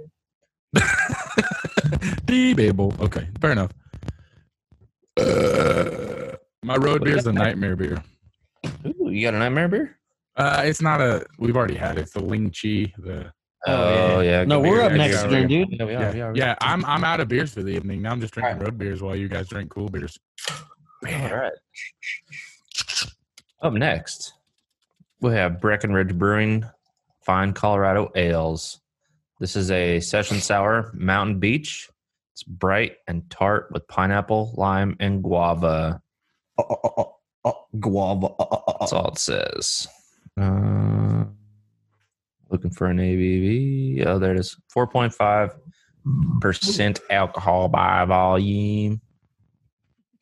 Debatable. Okay, fair enough. Uh, my road beer is a nightmare beer.
Ooh, you got a nightmare beer?
Uh, it's not a. We've already had it. It's the Ling Chi. The
Oh,
yeah.
No,
good
we're
beer.
up
Yeah,
next
yeah,
again,
yeah.
dude.
Yeah, we
yeah,
are.
yeah,
we are.
I'm I'm out of beers for the evening. Now I'm just drinking
All
road beers while you guys drink cool beers.
All
Man,
right. Up next, we have Breckenridge Brewing Fine Colorado Ales. This is a session sour Mountain Beach. It's bright and tart with pineapple, lime, and guava.
Uh, uh, uh, uh, guava. Uh, uh, uh,
That's
uh.
all it says. Uh, looking for an ABV. Oh, there it is. 4.5 percent alcohol by volume.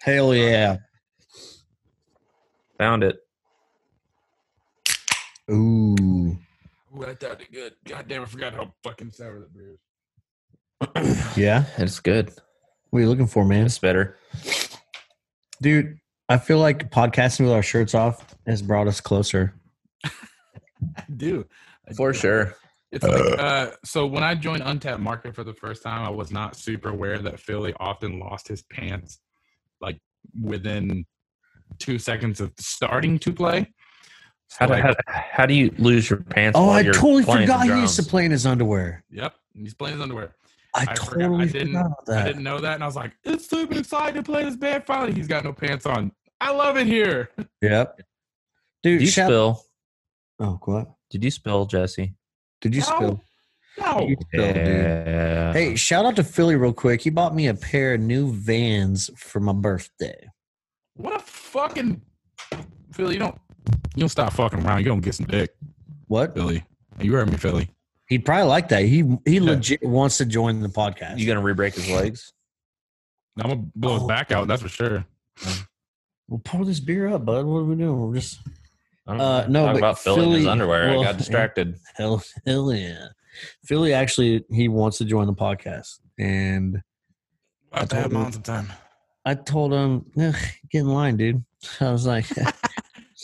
Hell yeah.
Found it.
Ooh.
Ooh, that sounded good. God damn, I forgot how fucking sour that beer is.
Yeah.
It's good.
What are you looking for, man?
It's better.
Dude, I feel like podcasting with our shirts off has brought us closer.
I do. I
For
do.
sure.
It's like, uh, so when I joined Untapped Market for the first time, I was not super aware that Philly often lost his pants like within two seconds of starting to play. So,
How do,
like,
how, how do you lose your pants?
Oh,
while
I
you're
totally
playing the
forgot he used
drums?
to play in his underwear.
yep, he's playing his underwear. I
I,
forgot- I
totally forgot,
didn't-
about
I
that.
didn't know that, and I was like, "It's super excited to play this band." Finally, he's got no pants on. I love it here.
Yep.
Did
Dude,
you
shout-
spill?
Oh, what?
Did you spill, Jesse?
Did you
No.
spill?
No,
You spilled, Oh, dude.
Yeah.
Hey, shout out to Philly real quick. He bought me a pair of new Vans for my birthday.
what a fucking Philly! You don't, you don't stop fucking around. You don't get some dick,
What?
Philly. You heard me, Philly.
He probably liked that. He he
Yeah.
legit wants to join the podcast.
You gonna re-break his legs?
I'm gonna blow his
Oh.
back out. That's for sure.
we'll pour this beer up, bud. What are we doing? We're just
I don't
Uh,
know.
no,
Talk
but
about filling his
Philly-
underwear.
well,
I got distracted.
hell, hell yeah. Philly actually he wants to join the podcast, and
I
have to have him on
sometime.
I told him, "Ugh, get in line, dude. I was like, so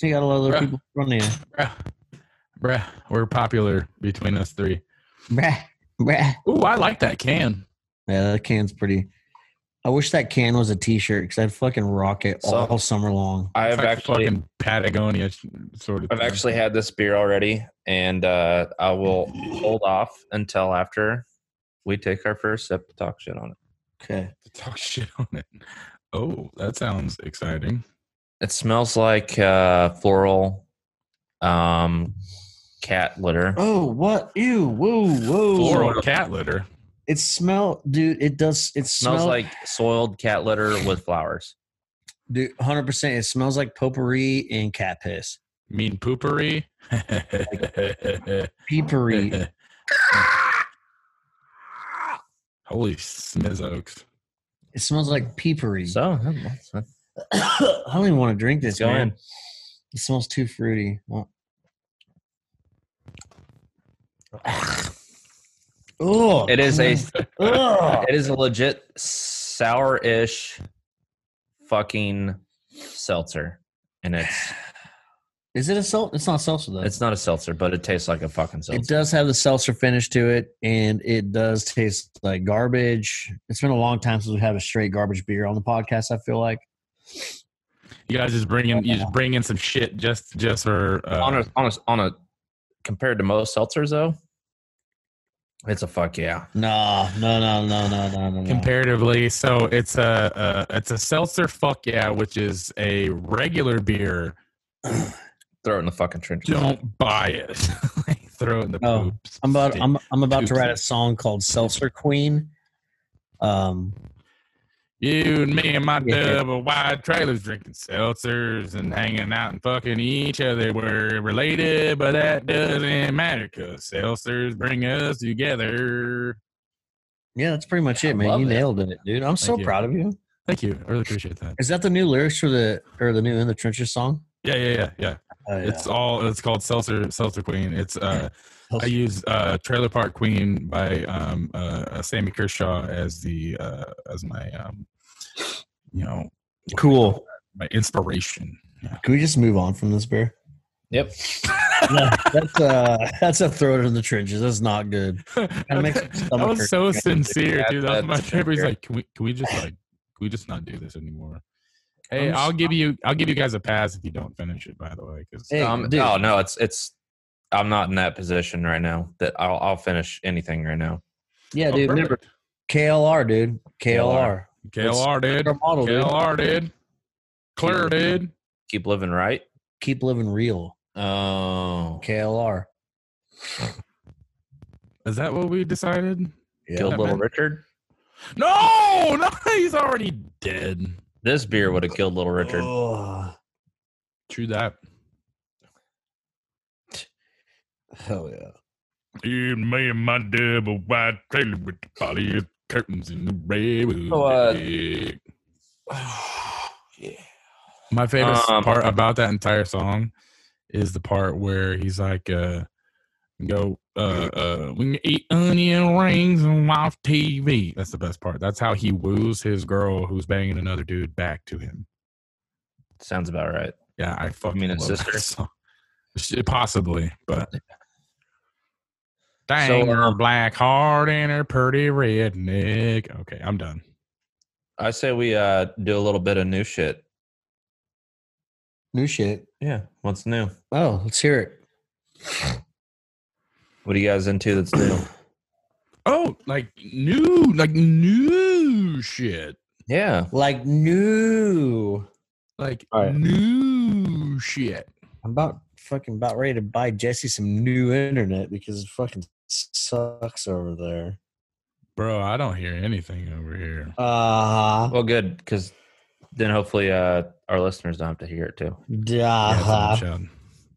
you got a lot of other
Bruh.
people running.
Bruh. Bruh. We're popular between us three.
Bruh, bruh.
Ooh, I like that can.
Yeah, that can's pretty. I wish that can was a T-shirt because I'd fucking rock it
So-
all summer long.
I
It's
have
like
actually,
fucking Patagonia sh- sort of
I've
thing.
actually had this beer already, and uh, I will hold off until after we take our first sip to talk shit on it.
Okay.
to talk shit on it. Oh, that sounds exciting.
It smells like uh, floral um, cat litter.
Oh, what? Ew! Whoa! Whoa!
Floral cat litter.
It smell, dude. It does. It
smells
smells
like soiled cat litter with flowers.
dude. Hundred percent. It smells like potpourri and cat piss.
Mean poopery.
Peepery.
Holy smizzokes.
it smells like peepery.
So that's- that's-
I don't even want to drink this,
Go
man.
in.
It smells too fruity. Well- Ugh.
it is a
Ugh.
it is a legit sour-ish fucking seltzer, and it's
Is it a seltzer? It's not seltzer though.
it's not a seltzer, but it tastes like a fucking seltzer.
it does have the seltzer finish to it, and it does taste like garbage. It's been a long time since we have a straight garbage beer on the podcast. I feel like
You guys just bring in you just bring in some shit just just for uh,
on a on a on a compared to most seltzers though, it's a fuck yeah.
no, no, no, no, no, no, no. no.
comparatively so it's a, a it's a seltzer fuck yeah which is a regular beer
Throw it in the fucking trench.
don't buy it like, throw it in the
Oh,
poops
I'm about I'm I'm about to
Dude.
write a song called Seltzer Queen. Um,
you and me and my
Yeah.
double wide trailers drinking seltzers and hanging out and fucking each other we're related but that doesn't matter because seltzers bring us together
yeah, that's pretty much
I
it, man.
love
You
it.
nailed it, dude. I'm so
you.
proud of you.
thank you i really appreciate that
Is that the new lyrics for the or the new in the trenches song?
yeah yeah yeah yeah
Uh,
it's all it's called seltzer seltzer queen it's uh I use uh, "Trailer Park Queen" by um, uh, Sammy Kershaw as the uh, as my um, you know
Um,
cool.
my inspiration.
Can we just move on from this beer?
Yep.
No, that's uh that's a throw it in the trenches. That's not good.
that
makes my stomach
was
hurt.
so sincere,
Yeah,
dude. That was my
that's
favorite. He's
sincere.
like, "Can we can we just like can we just not do this anymore?" Hey,
I'm
I'll give you I'll give you guys a pass if you don't finish it. By the way, because
Hey,
um,
dude.
oh no, it's it's. I'm not in that position right now that I'll I'll finish anything right now.
Yeah,
oh,
Oh,
dude. Remember KLR, dude. KLR.
KLR, dude.
Our model, dude.
KLR, dude. Clear, dude.
Keep living right.
Keep living real.
Oh,
KLR.
Is that what we decided?
killed
Yeah,
little
man.
Richard.
No, no, he's already dead.
This beer would have killed little Richard.
Ugh.
True that.
Hell yeah.
Yeah, me and my dad a white trailer with the polyester curtains and the red.
So, uh,
rag.
yeah.
My favorite s-
Um,
part about that entire song is the part where he's like, uh, "Go, uh, uh, we can eat onion rings and watch TV." That's the best part. That's how he woos his girl who's banging another dude back to him.
Sounds about right.
Yeah, I fucking
mean
love
his
that
sister?
song. Sh- Possibly, but dang
So,
her
um,
black heart and her pretty redneck. Okay, I'm done.
I say we uh, do a little bit of new shit.
New shit.
Yeah, what's new?
Oh, let's hear it.
What are you guys into that's new?
Oh, like new, like new shit,
yeah.
Like new.
like
All right.
new shit.
I'm about fucking about ready to buy Jesse some new internet because it fucking sucks over there.
Bro, I don't hear anything over here.
Uh
Well, good because then hopefully uh, our listeners don't have to hear it too.
Mm,
Yeah, it's
duh.
Uh-huh.
a good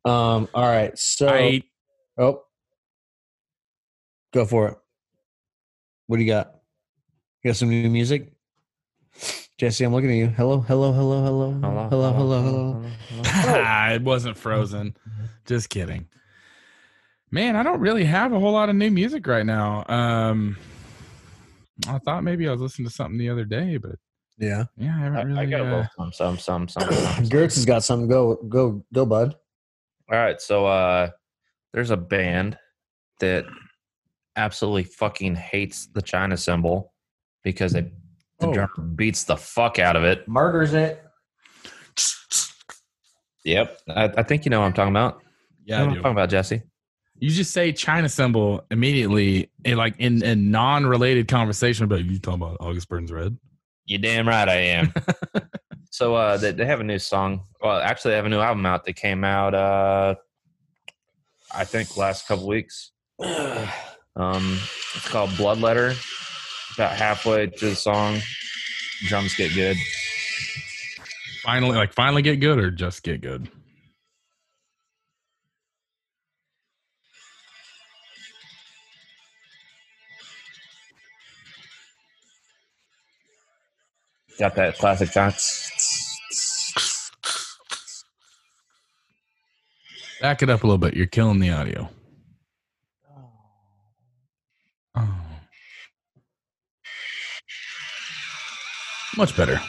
Um. All right. So.
shout. I
oh. Go for it. What do you got? You got some new music? Jesse, I'm looking at you. Hello, hello, hello, hello, hello, hello, hello, hello.
Oh.
it wasn't frozen. Just kidding. Man, I don't really have a whole lot of new music right now. Um, I thought maybe I was listening to something the other day, but
Yeah.
yeah, I
I,
haven't really.
I got
uh,
both some, some, some, some. some.
Gertz has got some. Go, go, go, bud.
All right, so uh, there's a band that absolutely fucking hates the China symbol because they the
Oh.
drummer beats the fuck out of it.
Murders it.
Yep, I, I think you know what I'm talking about. You
yeah,
know what
I
I'm
do.
talking about Jesse.
You just say China symbol immediately, and like in a non-related conversation about you talking about August Burns Red.
You damn right I am. so uh, they, they have a new song. Well, actually, they have a new album out that came out. Uh, I think last couple weeks. Um, it's called Blood Letter. About halfway through the song, drums get good.
Finally, like finally get good or just get good.
Got that classic China.
Back it up a little bit. You're killing the audio. Oh. Much better.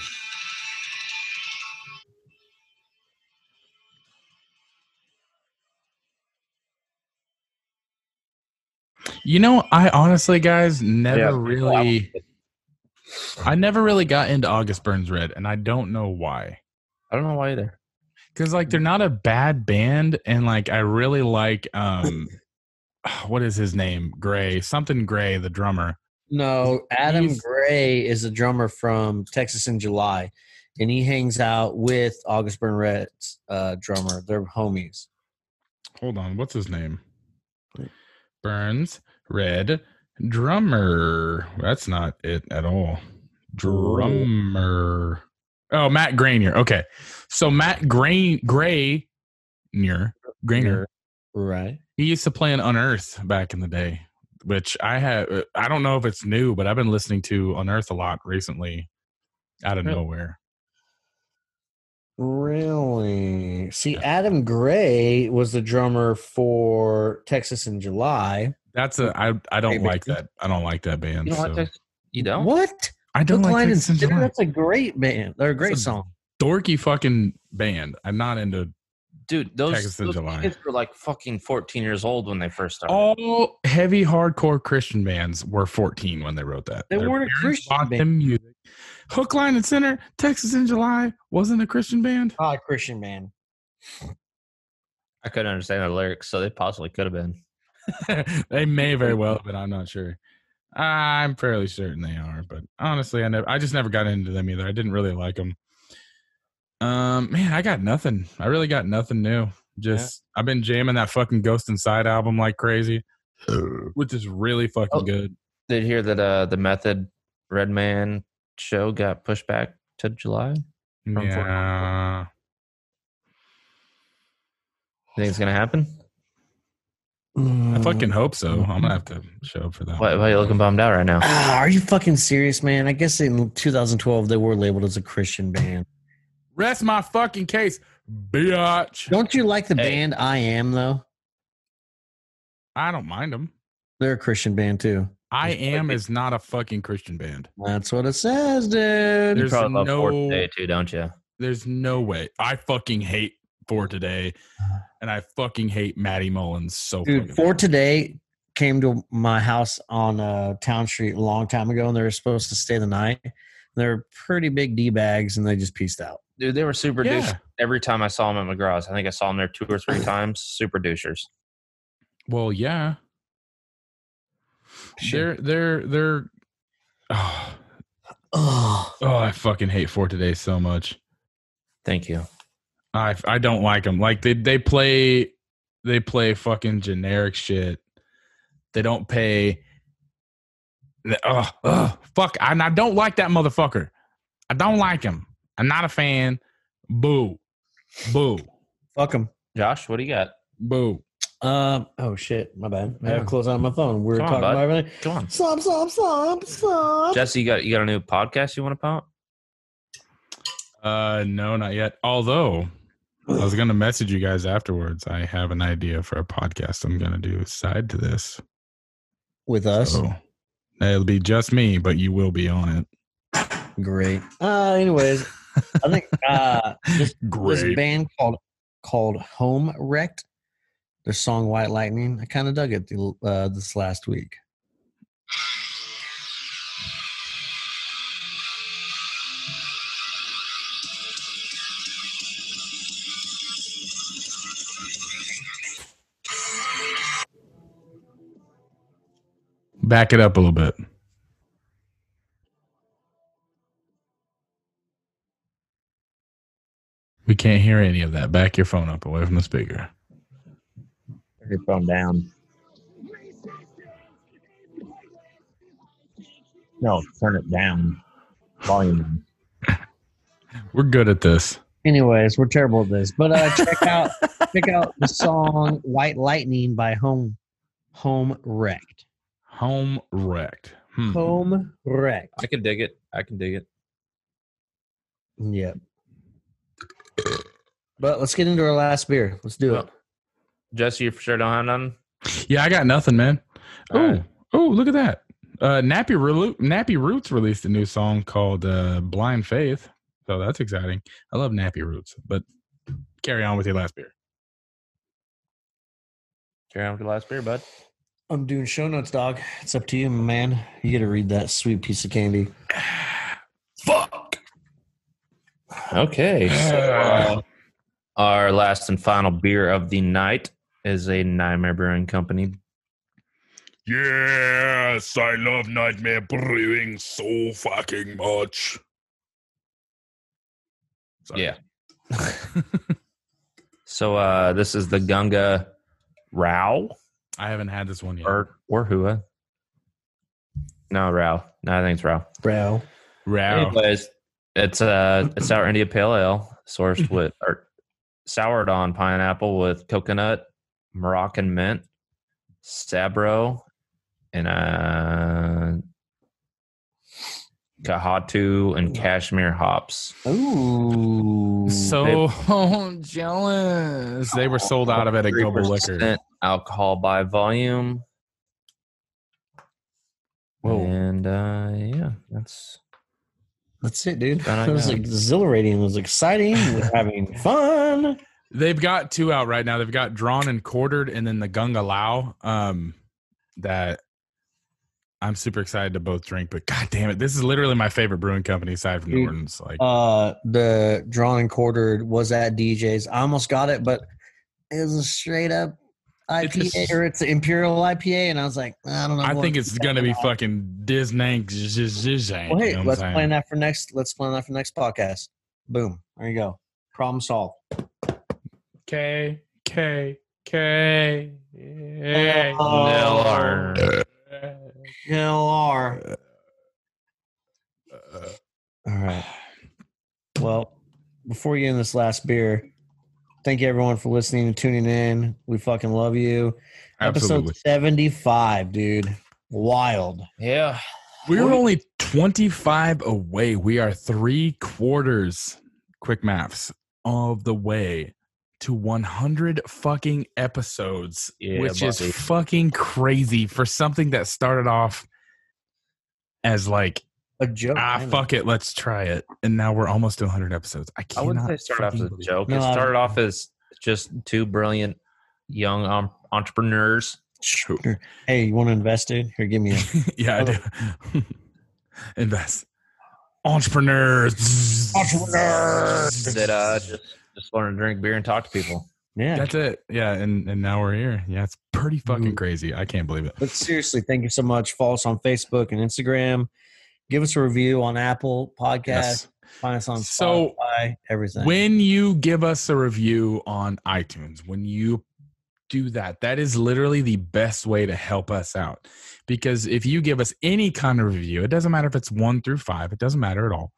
You know, I honestly, guys, never
Yeah.
really, I never really got into August Burns Red, and I don't know why.
I don't know why either.
Cause like they're not a bad band, and like I really like, um, what is his name? Gray, something Gray, the drummer.
No, Adam
He's-
Gray is a drummer from Texas in July, and he hangs out with August Burnett's uh, drummer. They're homies.
hold on, what's his name? Burns Red Drummer. That's not it at all. Drummer. Oh, Matt Grainier. Okay. So Matt Grain Gray Grainer.
Right.
He used to play in Unearth back in the day, which I have I don't know if it's new, but I've been listening to Unearth a lot recently out of
Really?
nowhere.
Really? See,
Yeah.
Adam Gray was the drummer for Texas in July.
That's a I I don't
Great
like
band.
that. I don't like that band.
You don't like
so-
that? You don't?
What?
I don't
Hook,
like
Line, and
Texas in
Sinner?
July.
That's a great band. They're a great
It's a-
song.
dorky fucking band. I'm not into
Dude, those,
Texas in
those
July. Oh.
kids were like fucking 14 years old when they first started.
all heavy hardcore Christian bands were 14 when they wrote that.
They
Their
weren't a
parents
Christian
bought
band.
them music. Hook, line, and center. Texas in July wasn't a Christian band.
Ah, Christian man.
I couldn't understand the lyrics, so they possibly could have been.
they may very well, but I'm not sure. I'm fairly certain they are, but honestly, I never, I just never got into them either. I didn't really like them. Um, man, I got nothing. I really got nothing new. Just I've been jamming that fucking Ghost Inside album like crazy, which is really fucking
Oh.
good.
Did you hear that uh, the Method Redman show got pushed back to July? You from Fort Worth.
Yeah.
think it's going to happen?
I fucking hope so. I'm gonna have to show up for that.
Mm-hmm. Why, why are you looking bummed out right now?
Ah, are you fucking serious, man? I guess in 2012 they were labeled as a Christian band.
Rest my fucking case, biatch.
Don't you like the
Hey.
band I Am though?
I don't mind them.
They're a Christian band too.
I
It's
am
like-
is not a fucking Christian band.
That's what it says, dude.
There's
you probably love
no-
Fort today too, don't you?
There's no way. I fucking hate for today, and I fucking hate Maddie Mullins so.
Uh-huh. Dude,
fucking
for
much.
today came to my house on uh, Town Street a long time ago, and they were supposed to stay the night. They're pretty big d bags, and they just pieced out.
Dude, they were super
Yeah.
douche. Every time I saw them at McGraw's, I think I saw them there two or three times. Super douchers.
Well, yeah. They're they're they're. Oh,
Ugh.
oh, I fucking hate for today so much.
Thank you.
I I don't like them. Like they they play they play fucking generic shit. They don't pay. Oh, fuck! And I don't like that motherfucker. I don't like him. I'm not a fan. Boo, boo,
Fuck them.
Josh, what do you got?
boo.
Um, oh shit, my bad. I
Yeah.
have close out my phone. We were
Come
talking
on, bud.
about everything.
Go on.
Stop, stop, stop, stop.
Jesse, you got you got a new podcast you want to pump?
Uh, no, not yet. Although I was gonna message you guys afterwards. I have an idea for a podcast I'm gonna do side to this.
With us.
Oh.
So it'll be just me, but you will be on it.
Great. Uh anyways, I think uh this, this band called called Home Wrecked. Their song White Lightning. I kind of dug it the, uh, this last week.
Back it up a little bit. We can't hear any of that. Back your phone up away from the speaker.
Turn your phone down. No, turn it down. Volume.
We're good at this.
Anyways, we're terrible at this. But uh check out check out the song White Lightning by Home Home Wrecked.
Home wrecked. Hmm.
Mm-hmm.
Home Wrecked.
I can dig it. I can dig it.
Yep. But let's get into our last beer. Let's do it.
Jesse, you for sure don't have none.
Yeah, I got nothing, man.
All
Oh,
right.
oh, look at that. Uh, Nappy, Relu- Nappy Roots released a new song called uh, Blind Faith. So that's exciting. I love Nappy Roots, but carry on with your last beer.
Carry on with your last beer, bud.
I'm doing show notes, dog. It's up to you, my man. You got to read that sweet piece of candy.
Fuck.
Okay. So, uh, our last and final beer of the night is a Nightmare Brewing Company.
Yes, I love Nightmare Brewing so fucking much.
Yeah. So uh, this is the Gunga Rao
I haven't had this one yet.
or or Hua. No, Rao. No, I think it's Rao.
Bro.
Wow.
Anyways, it's a, a sour India Pale Ale sourced with or soured on pineapple with coconut, Moroccan mint, sabro, and uh, kahatu and cashmere hops.
Ooh.
So jealous. They were sold out of it at Global Liquor.
3% Alcohol by volume.
Whoa.
And uh, yeah, that's
that's it, dude.
I
It was
know.
exhilarating. It was exciting. We're having fun.
They've got two out right now. They've got Drawn and Quartered and then the Gunga Lao. Um that I'm super excited to both drink, but god damn it, this is literally my favorite brewing company aside from
Dude.
Norton's. Like
Uh, the drawn and quartered was at DJ's. I almost got it, but it was a straight up
It's a
IPA
s-
or it's an Imperial IPA, and I was like, I don't know.
I
I'm
think
going-
it's gonna be fucking Disney. zzzz.
Well, hey,
You know what I'm
let's
saying?
plan that for next. Let's plan that for next podcast. Boom. There you go. Problem solved.
K K K.
Oh.
Miller.
LR. Uh, All right. Well, before you end this last beer, Thank you everyone for listening and tuning in. We fucking love you.
Absolutely.
Episode 75, dude. Wild.
Yeah.
We were only 25 away. We are three quarters, quick maths, of the way to 100 fucking episodes,
Yeah,
which
buddy.
is fucking crazy for something that started off as like,
A joke. I
ah,
know.
fuck it, let's try it. And now we're almost to 100 episodes. I
I
cannot
wouldn't say start off as
fucking
a
believe it.
joke.
No,
it
I-
started off as just two brilliant young um, entrepreneurs.
Sure.
Hey, you want to invest, dude? Here, give me a
yeah, I do. Invest. Entrepreneurs.
Entrepreneurs.
that uh, just just want to drink beer and talk to people.
Yeah.
That's it. Yeah, and, and now we're here. Yeah, it's pretty fucking
Ooh.
crazy. I can't believe it.
But seriously, thank you so much. Follow us on Facebook and Instagram. Give us a review on Apple Podcast.
Yes.
Find us on
So,
Spotify. Everything.
When you give us a review on iTunes, when you do that, that is literally the best way to help us out. Because if you give us any kind of review, it doesn't matter if it's one through five, it doesn't matter at all.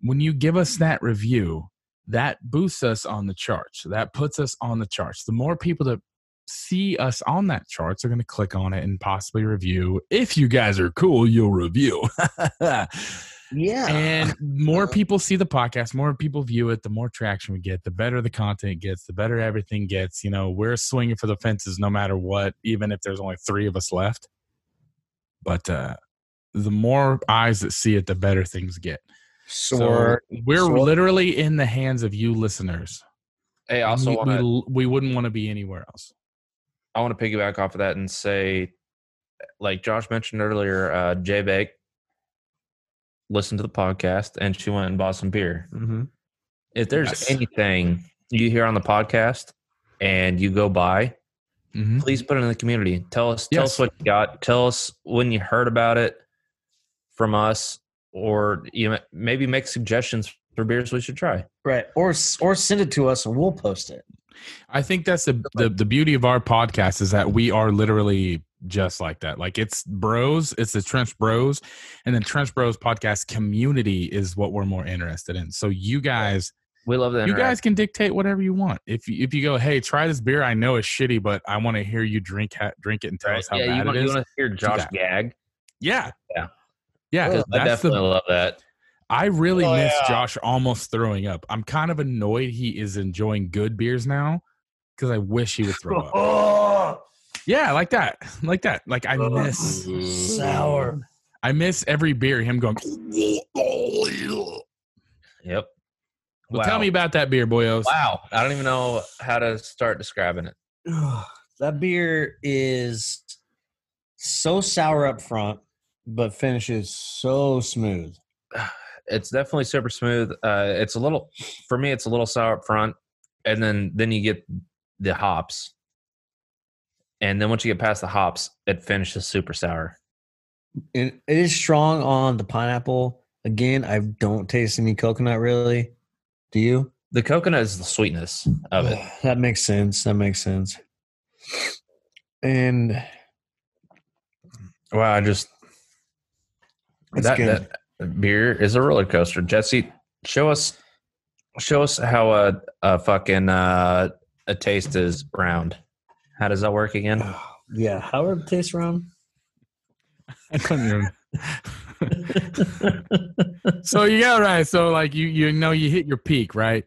When you give us that review, that boosts us on the charts. That puts us on the charts. The more people that see us on that charts are going to click on it and possibly review. If you guys are cool, you'll review.
yeah.
And more people see the podcast, more people view it, the more traction we get, the better the content gets, the better everything gets. You know, we're swinging for the fences no matter what, even if there's only three of us left. But uh, the more eyes that see it, the better things get.
so,
So
we're-
we're
so-
literally in the hands of you listeners.
Hey, I also
we,
want to
we, we wouldn't want to be anywhere else.
I want to piggyback off of that and say, like Josh mentioned earlier, uh, Jay Bake listened to the podcast and she went and bought some beer.
Mhm.
If there's
Yes.
anything you hear on the podcast and you go buy,
Mhm.
please put it in the community. Tell us, tell
Yes.
us what you got. Tell us when you heard about it from us, or you know, maybe make suggestions for beers we should try.
right. Or s- or send it to us and we'll post it.
I think that's the, the the beauty of our podcast is that we are literally just like that. Like it's bros, it's the trench bros, and then trench bros podcast community is what we're more interested in. So you guys,
We love the
you guys can dictate whatever you want. If you, if you go, hey, try this beer, I know it's shitty, but I want to hear you drink ha- drink it and tell us how
yeah, you
bad
want,
it
you
is.
want to hear Josh
that.
gag?
yeah,
Yeah.
yeah. 'cause
Oh,
I
that's the
definitely love that.
I really
Oh,
miss
yeah.
Josh almost throwing up. I'm kind of annoyed he is enjoying good beers now because I wish he would throw up. Yeah, like that. Like that. Like I miss
Sour.
I miss every beer him going
Yep.
well, tell me about that beer, boyos.
Wow. I don't even know how to start describing it.
Ugh, that beer is so sour up front, but finishes so smooth.
It's definitely super smooth. Uh, it's a little, for me, it's a little sour up front, and then then you get the hops, and then once you get past the hops, it finishes super sour.
It, it is strong on the pineapple. Again, I don't taste any coconut really. Do you?
The coconut is the sweetness of it.
That makes sense. That makes sense. And
Wow, I just
It's
that,
good.
that beer is a roller coaster. Jesse, show us show us how a, a fucking uh, a taste is round. How does that work again?
yeah, how are the taste round?
I couldn't remember. so you got right. So like you you know you hit your peak, right?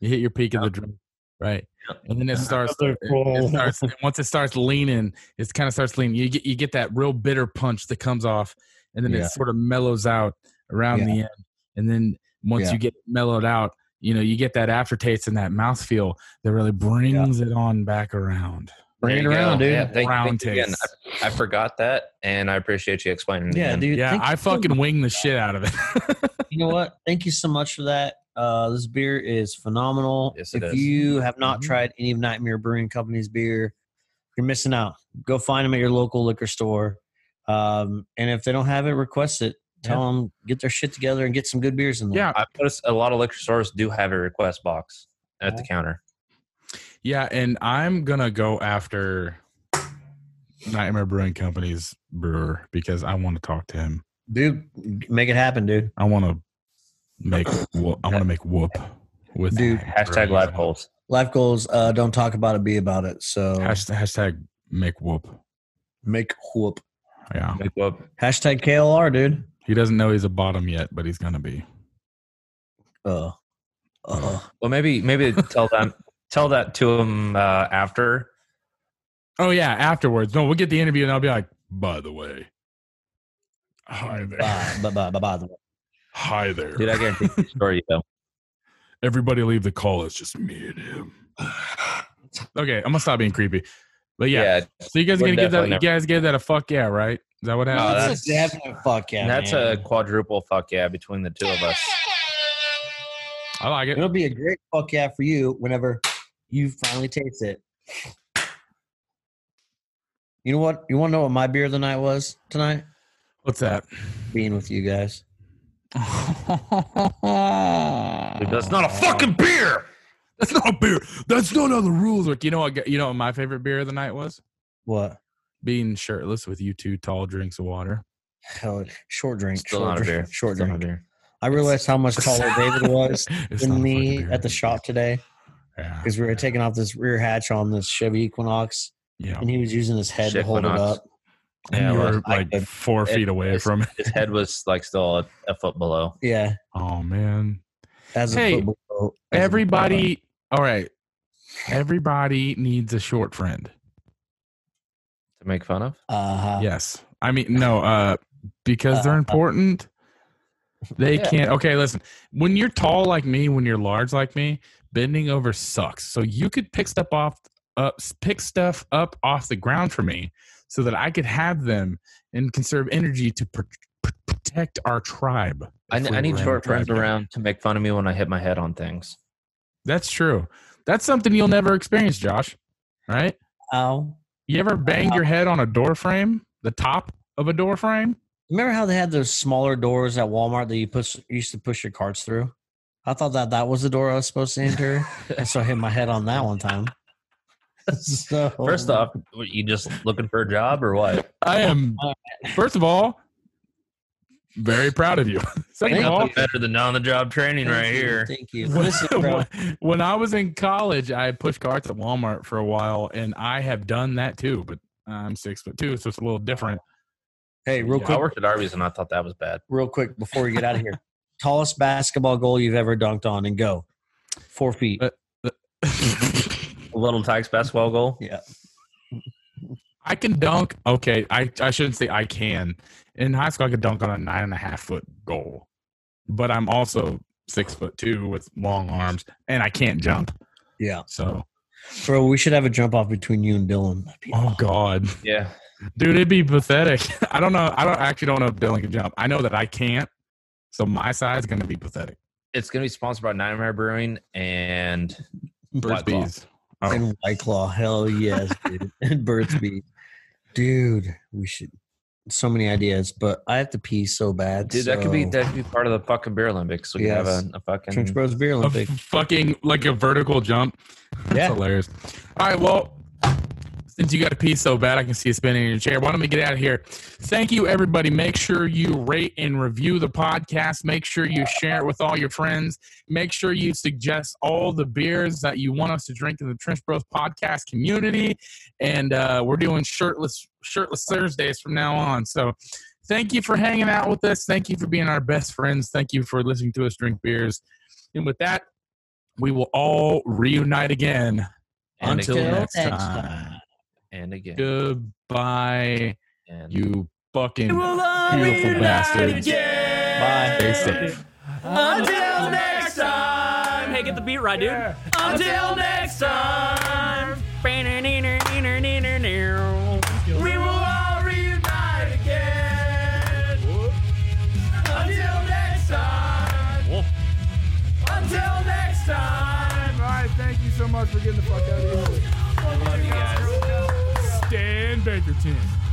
You hit your peak of the drink, right? And then it starts. It, it starts. And once it starts leaning, it kind of starts leaning. You get you get that real bitter punch that comes off, and then
Yeah.
it sort of mellows out around the end. And then once
Yeah.
you get mellowed out, you know you get that aftertaste and that mouthfeel that really brings it on back around.
Bring it
There you go.
around, dude.
Yeah, thank,
Round
round thank you again.
taste.
I, I forgot that, and I appreciate you explaining. it
Yeah,
again.
dude.
Yeah,
thank
I
you so
fucking wing the shit out of it.
you know what? Thank you so much for that. Uh, this beer is phenomenal.
Yes, it
if
is.
you have not
Mm-hmm.
Mhm.
tried any of Nightmare Brewing Company's beer, you're missing out. Go find them at your local liquor store. Um, and if they don't have it, request it. Tell them get their shit together and get some good beers in there.
yeah,
I've noticed a lot of liquor stores do have a request box at the counter.
Yeah, and I'm gonna go after Nightmare Brewing Company's brewer because I want to talk to him.
dude, make it happen, dude.
I want to make whoop, I want to make whoop with
Dude,
Nightmare
Hashtag
Brewing
live polls.
Life goals, uh, don't talk about it, be about it. So
Hashtag, hashtag make whoop.
make whoop.
Yeah.
Like, whoop.
Hashtag KLR, dude.
He doesn't know he's a bottom yet, but he's going to be.
Uh, uh,
Well, maybe maybe tell them tell that to him uh, after.
Oh, yeah. Afterwards. No, we'll get the interview and I'll be like, by the way. Hi there.
bye, bye, bye, bye, bye.
Hi there.
Dude, I guarantee you story though.
Everybody leave the call. It's just me and him. okay. I'm going to stop being creepy. But yeah. so you guys
we're
going to give that,
definitely
you guys gave that a fuck yeah, right? Is that what
No,
happened?
that's, a
that's-
definite fuck yeah.
that's
man.
a quadruple fuck yeah between the two of us.
I like it.
It'll be a great fuck yeah for you whenever you finally taste it. You know what? You want to know what my beer of the night was tonight?
What's that?
Being with you guys.
Dude, that's
Oh,
not a fucking beer.
That's not a beer. That's not how the rules work. You know what? You know what my favorite beer of the night was
What?
being shirtless with you two tall drinks of water.
Hell, short drink.
Still
short
not a
drink,
beer.
Short
Still not a
drink.
beer.
I realized how much taller David was
It's not a
than
fucking
me
beer.
at the shop today
Yeah.
because we were taking off this rear hatch on this Chevy Equinox,
yeah.
and he was using his head to hold it
Equinox.
up.
And
Yeah,
you
well,
were
I
like
could-
four feet away
it's-
from it.
His head was like still a, a foot below.
Yeah,
Oh man.
as
Hey,
a football. as a football.
Everybody all right. Everybody needs a short friend.
To make fun of?
Uh-huh.
Yes. I mean no, uh because they're important. They
Yeah.
can't okay, listen. When you're tall like me, when you're large like me, bending over sucks. So you could pick stuff off up pick stuff up off the ground for me so that I could have them and conserve energy to pr- pr- protect our tribe.
I,
if we
I need
were in a
short friends
tribe.
around to make fun of me when I hit my head on things.
That's true. That's something you'll never experience, Josh. Right?
Ow.
You ever banged your head on a door frame, the top of a door frame?
Remember how they had those smaller doors at Walmart that you push used to push your carts through? I thought that that was the door I was supposed to enter, and so I hit my head on that one time.
Oh,
So-
First off, what, you just looking for a job or what?
I am, first of all, very proud of you. Second
Thank
of all,
Nothing better than on the job training
Thank
right
you,
here.
Thank you.
when,
Listen, bro,
when- when I was in college, I pushed carts at Walmart for a while, and I have done that too, but I'm six foot two, so it's a little different.
hey, real
Yeah.
I
quick,
worked at Arby's and I thought that was bad.
real quick before we get out of here. Tallest basketball goal you've ever dunked on, and go four feet.
Uh,
A little tax basketball goal.
I can dunk. Okay, I, I shouldn't say I can. In high school, I could dunk on a nine and a half foot goal, but I'm also six foot two with long arms, and I can't jump.
Yeah,
So,
bro, we should have a jump off between you and Dylan.
oh god,
Yeah.
dude, it'd be pathetic. I don't know. I don't I actually don't know if Dylan can jump. I know that I can't. So my side's gonna be pathetic.
It's going to be sponsored by Nightmare Brewing and
Bird's
White Claw.
bees. Oh.
And White Claw, hell yes, dude. and Bird's Beat. Dude, we should so many ideas, but I have to pee so bad.
Dude, that could be
so-
that could be part of the fucking beer Olympics. We could have
Yes.
a, a fucking
Trench Bros Beer
A
Olympic.
fucking like a vertical jump. That's
Yeah.
hilarious. All right, well, since you got to pee so bad, I can see you spinning in your chair. Why don't we get out of here? Thank you, everybody. Make sure you rate and review the podcast. Make sure you share it with all your friends. Make sure you suggest all the beers that you want us to drink in the Trench Bros podcast community. And uh, we're doing shirtless shirtless Thursdays from now on. So. Thank you for hanging out with us. Thank you for being our best friends. Thank you for listening to us drink beers. And with that, we will all reunite again
and
until
again,
next
next
time.
time.
and again
Goodbye,
and
you fucking
all
beautiful
reunite
bastards.
again.
Stay safe.
Until next time. Hey, get the beat right, dude. Until next time. We will all reunite again. Until next time. Until next time.
All right, thank you so much for getting the fuck out of here.
I love you guys.
Stan Bakerton.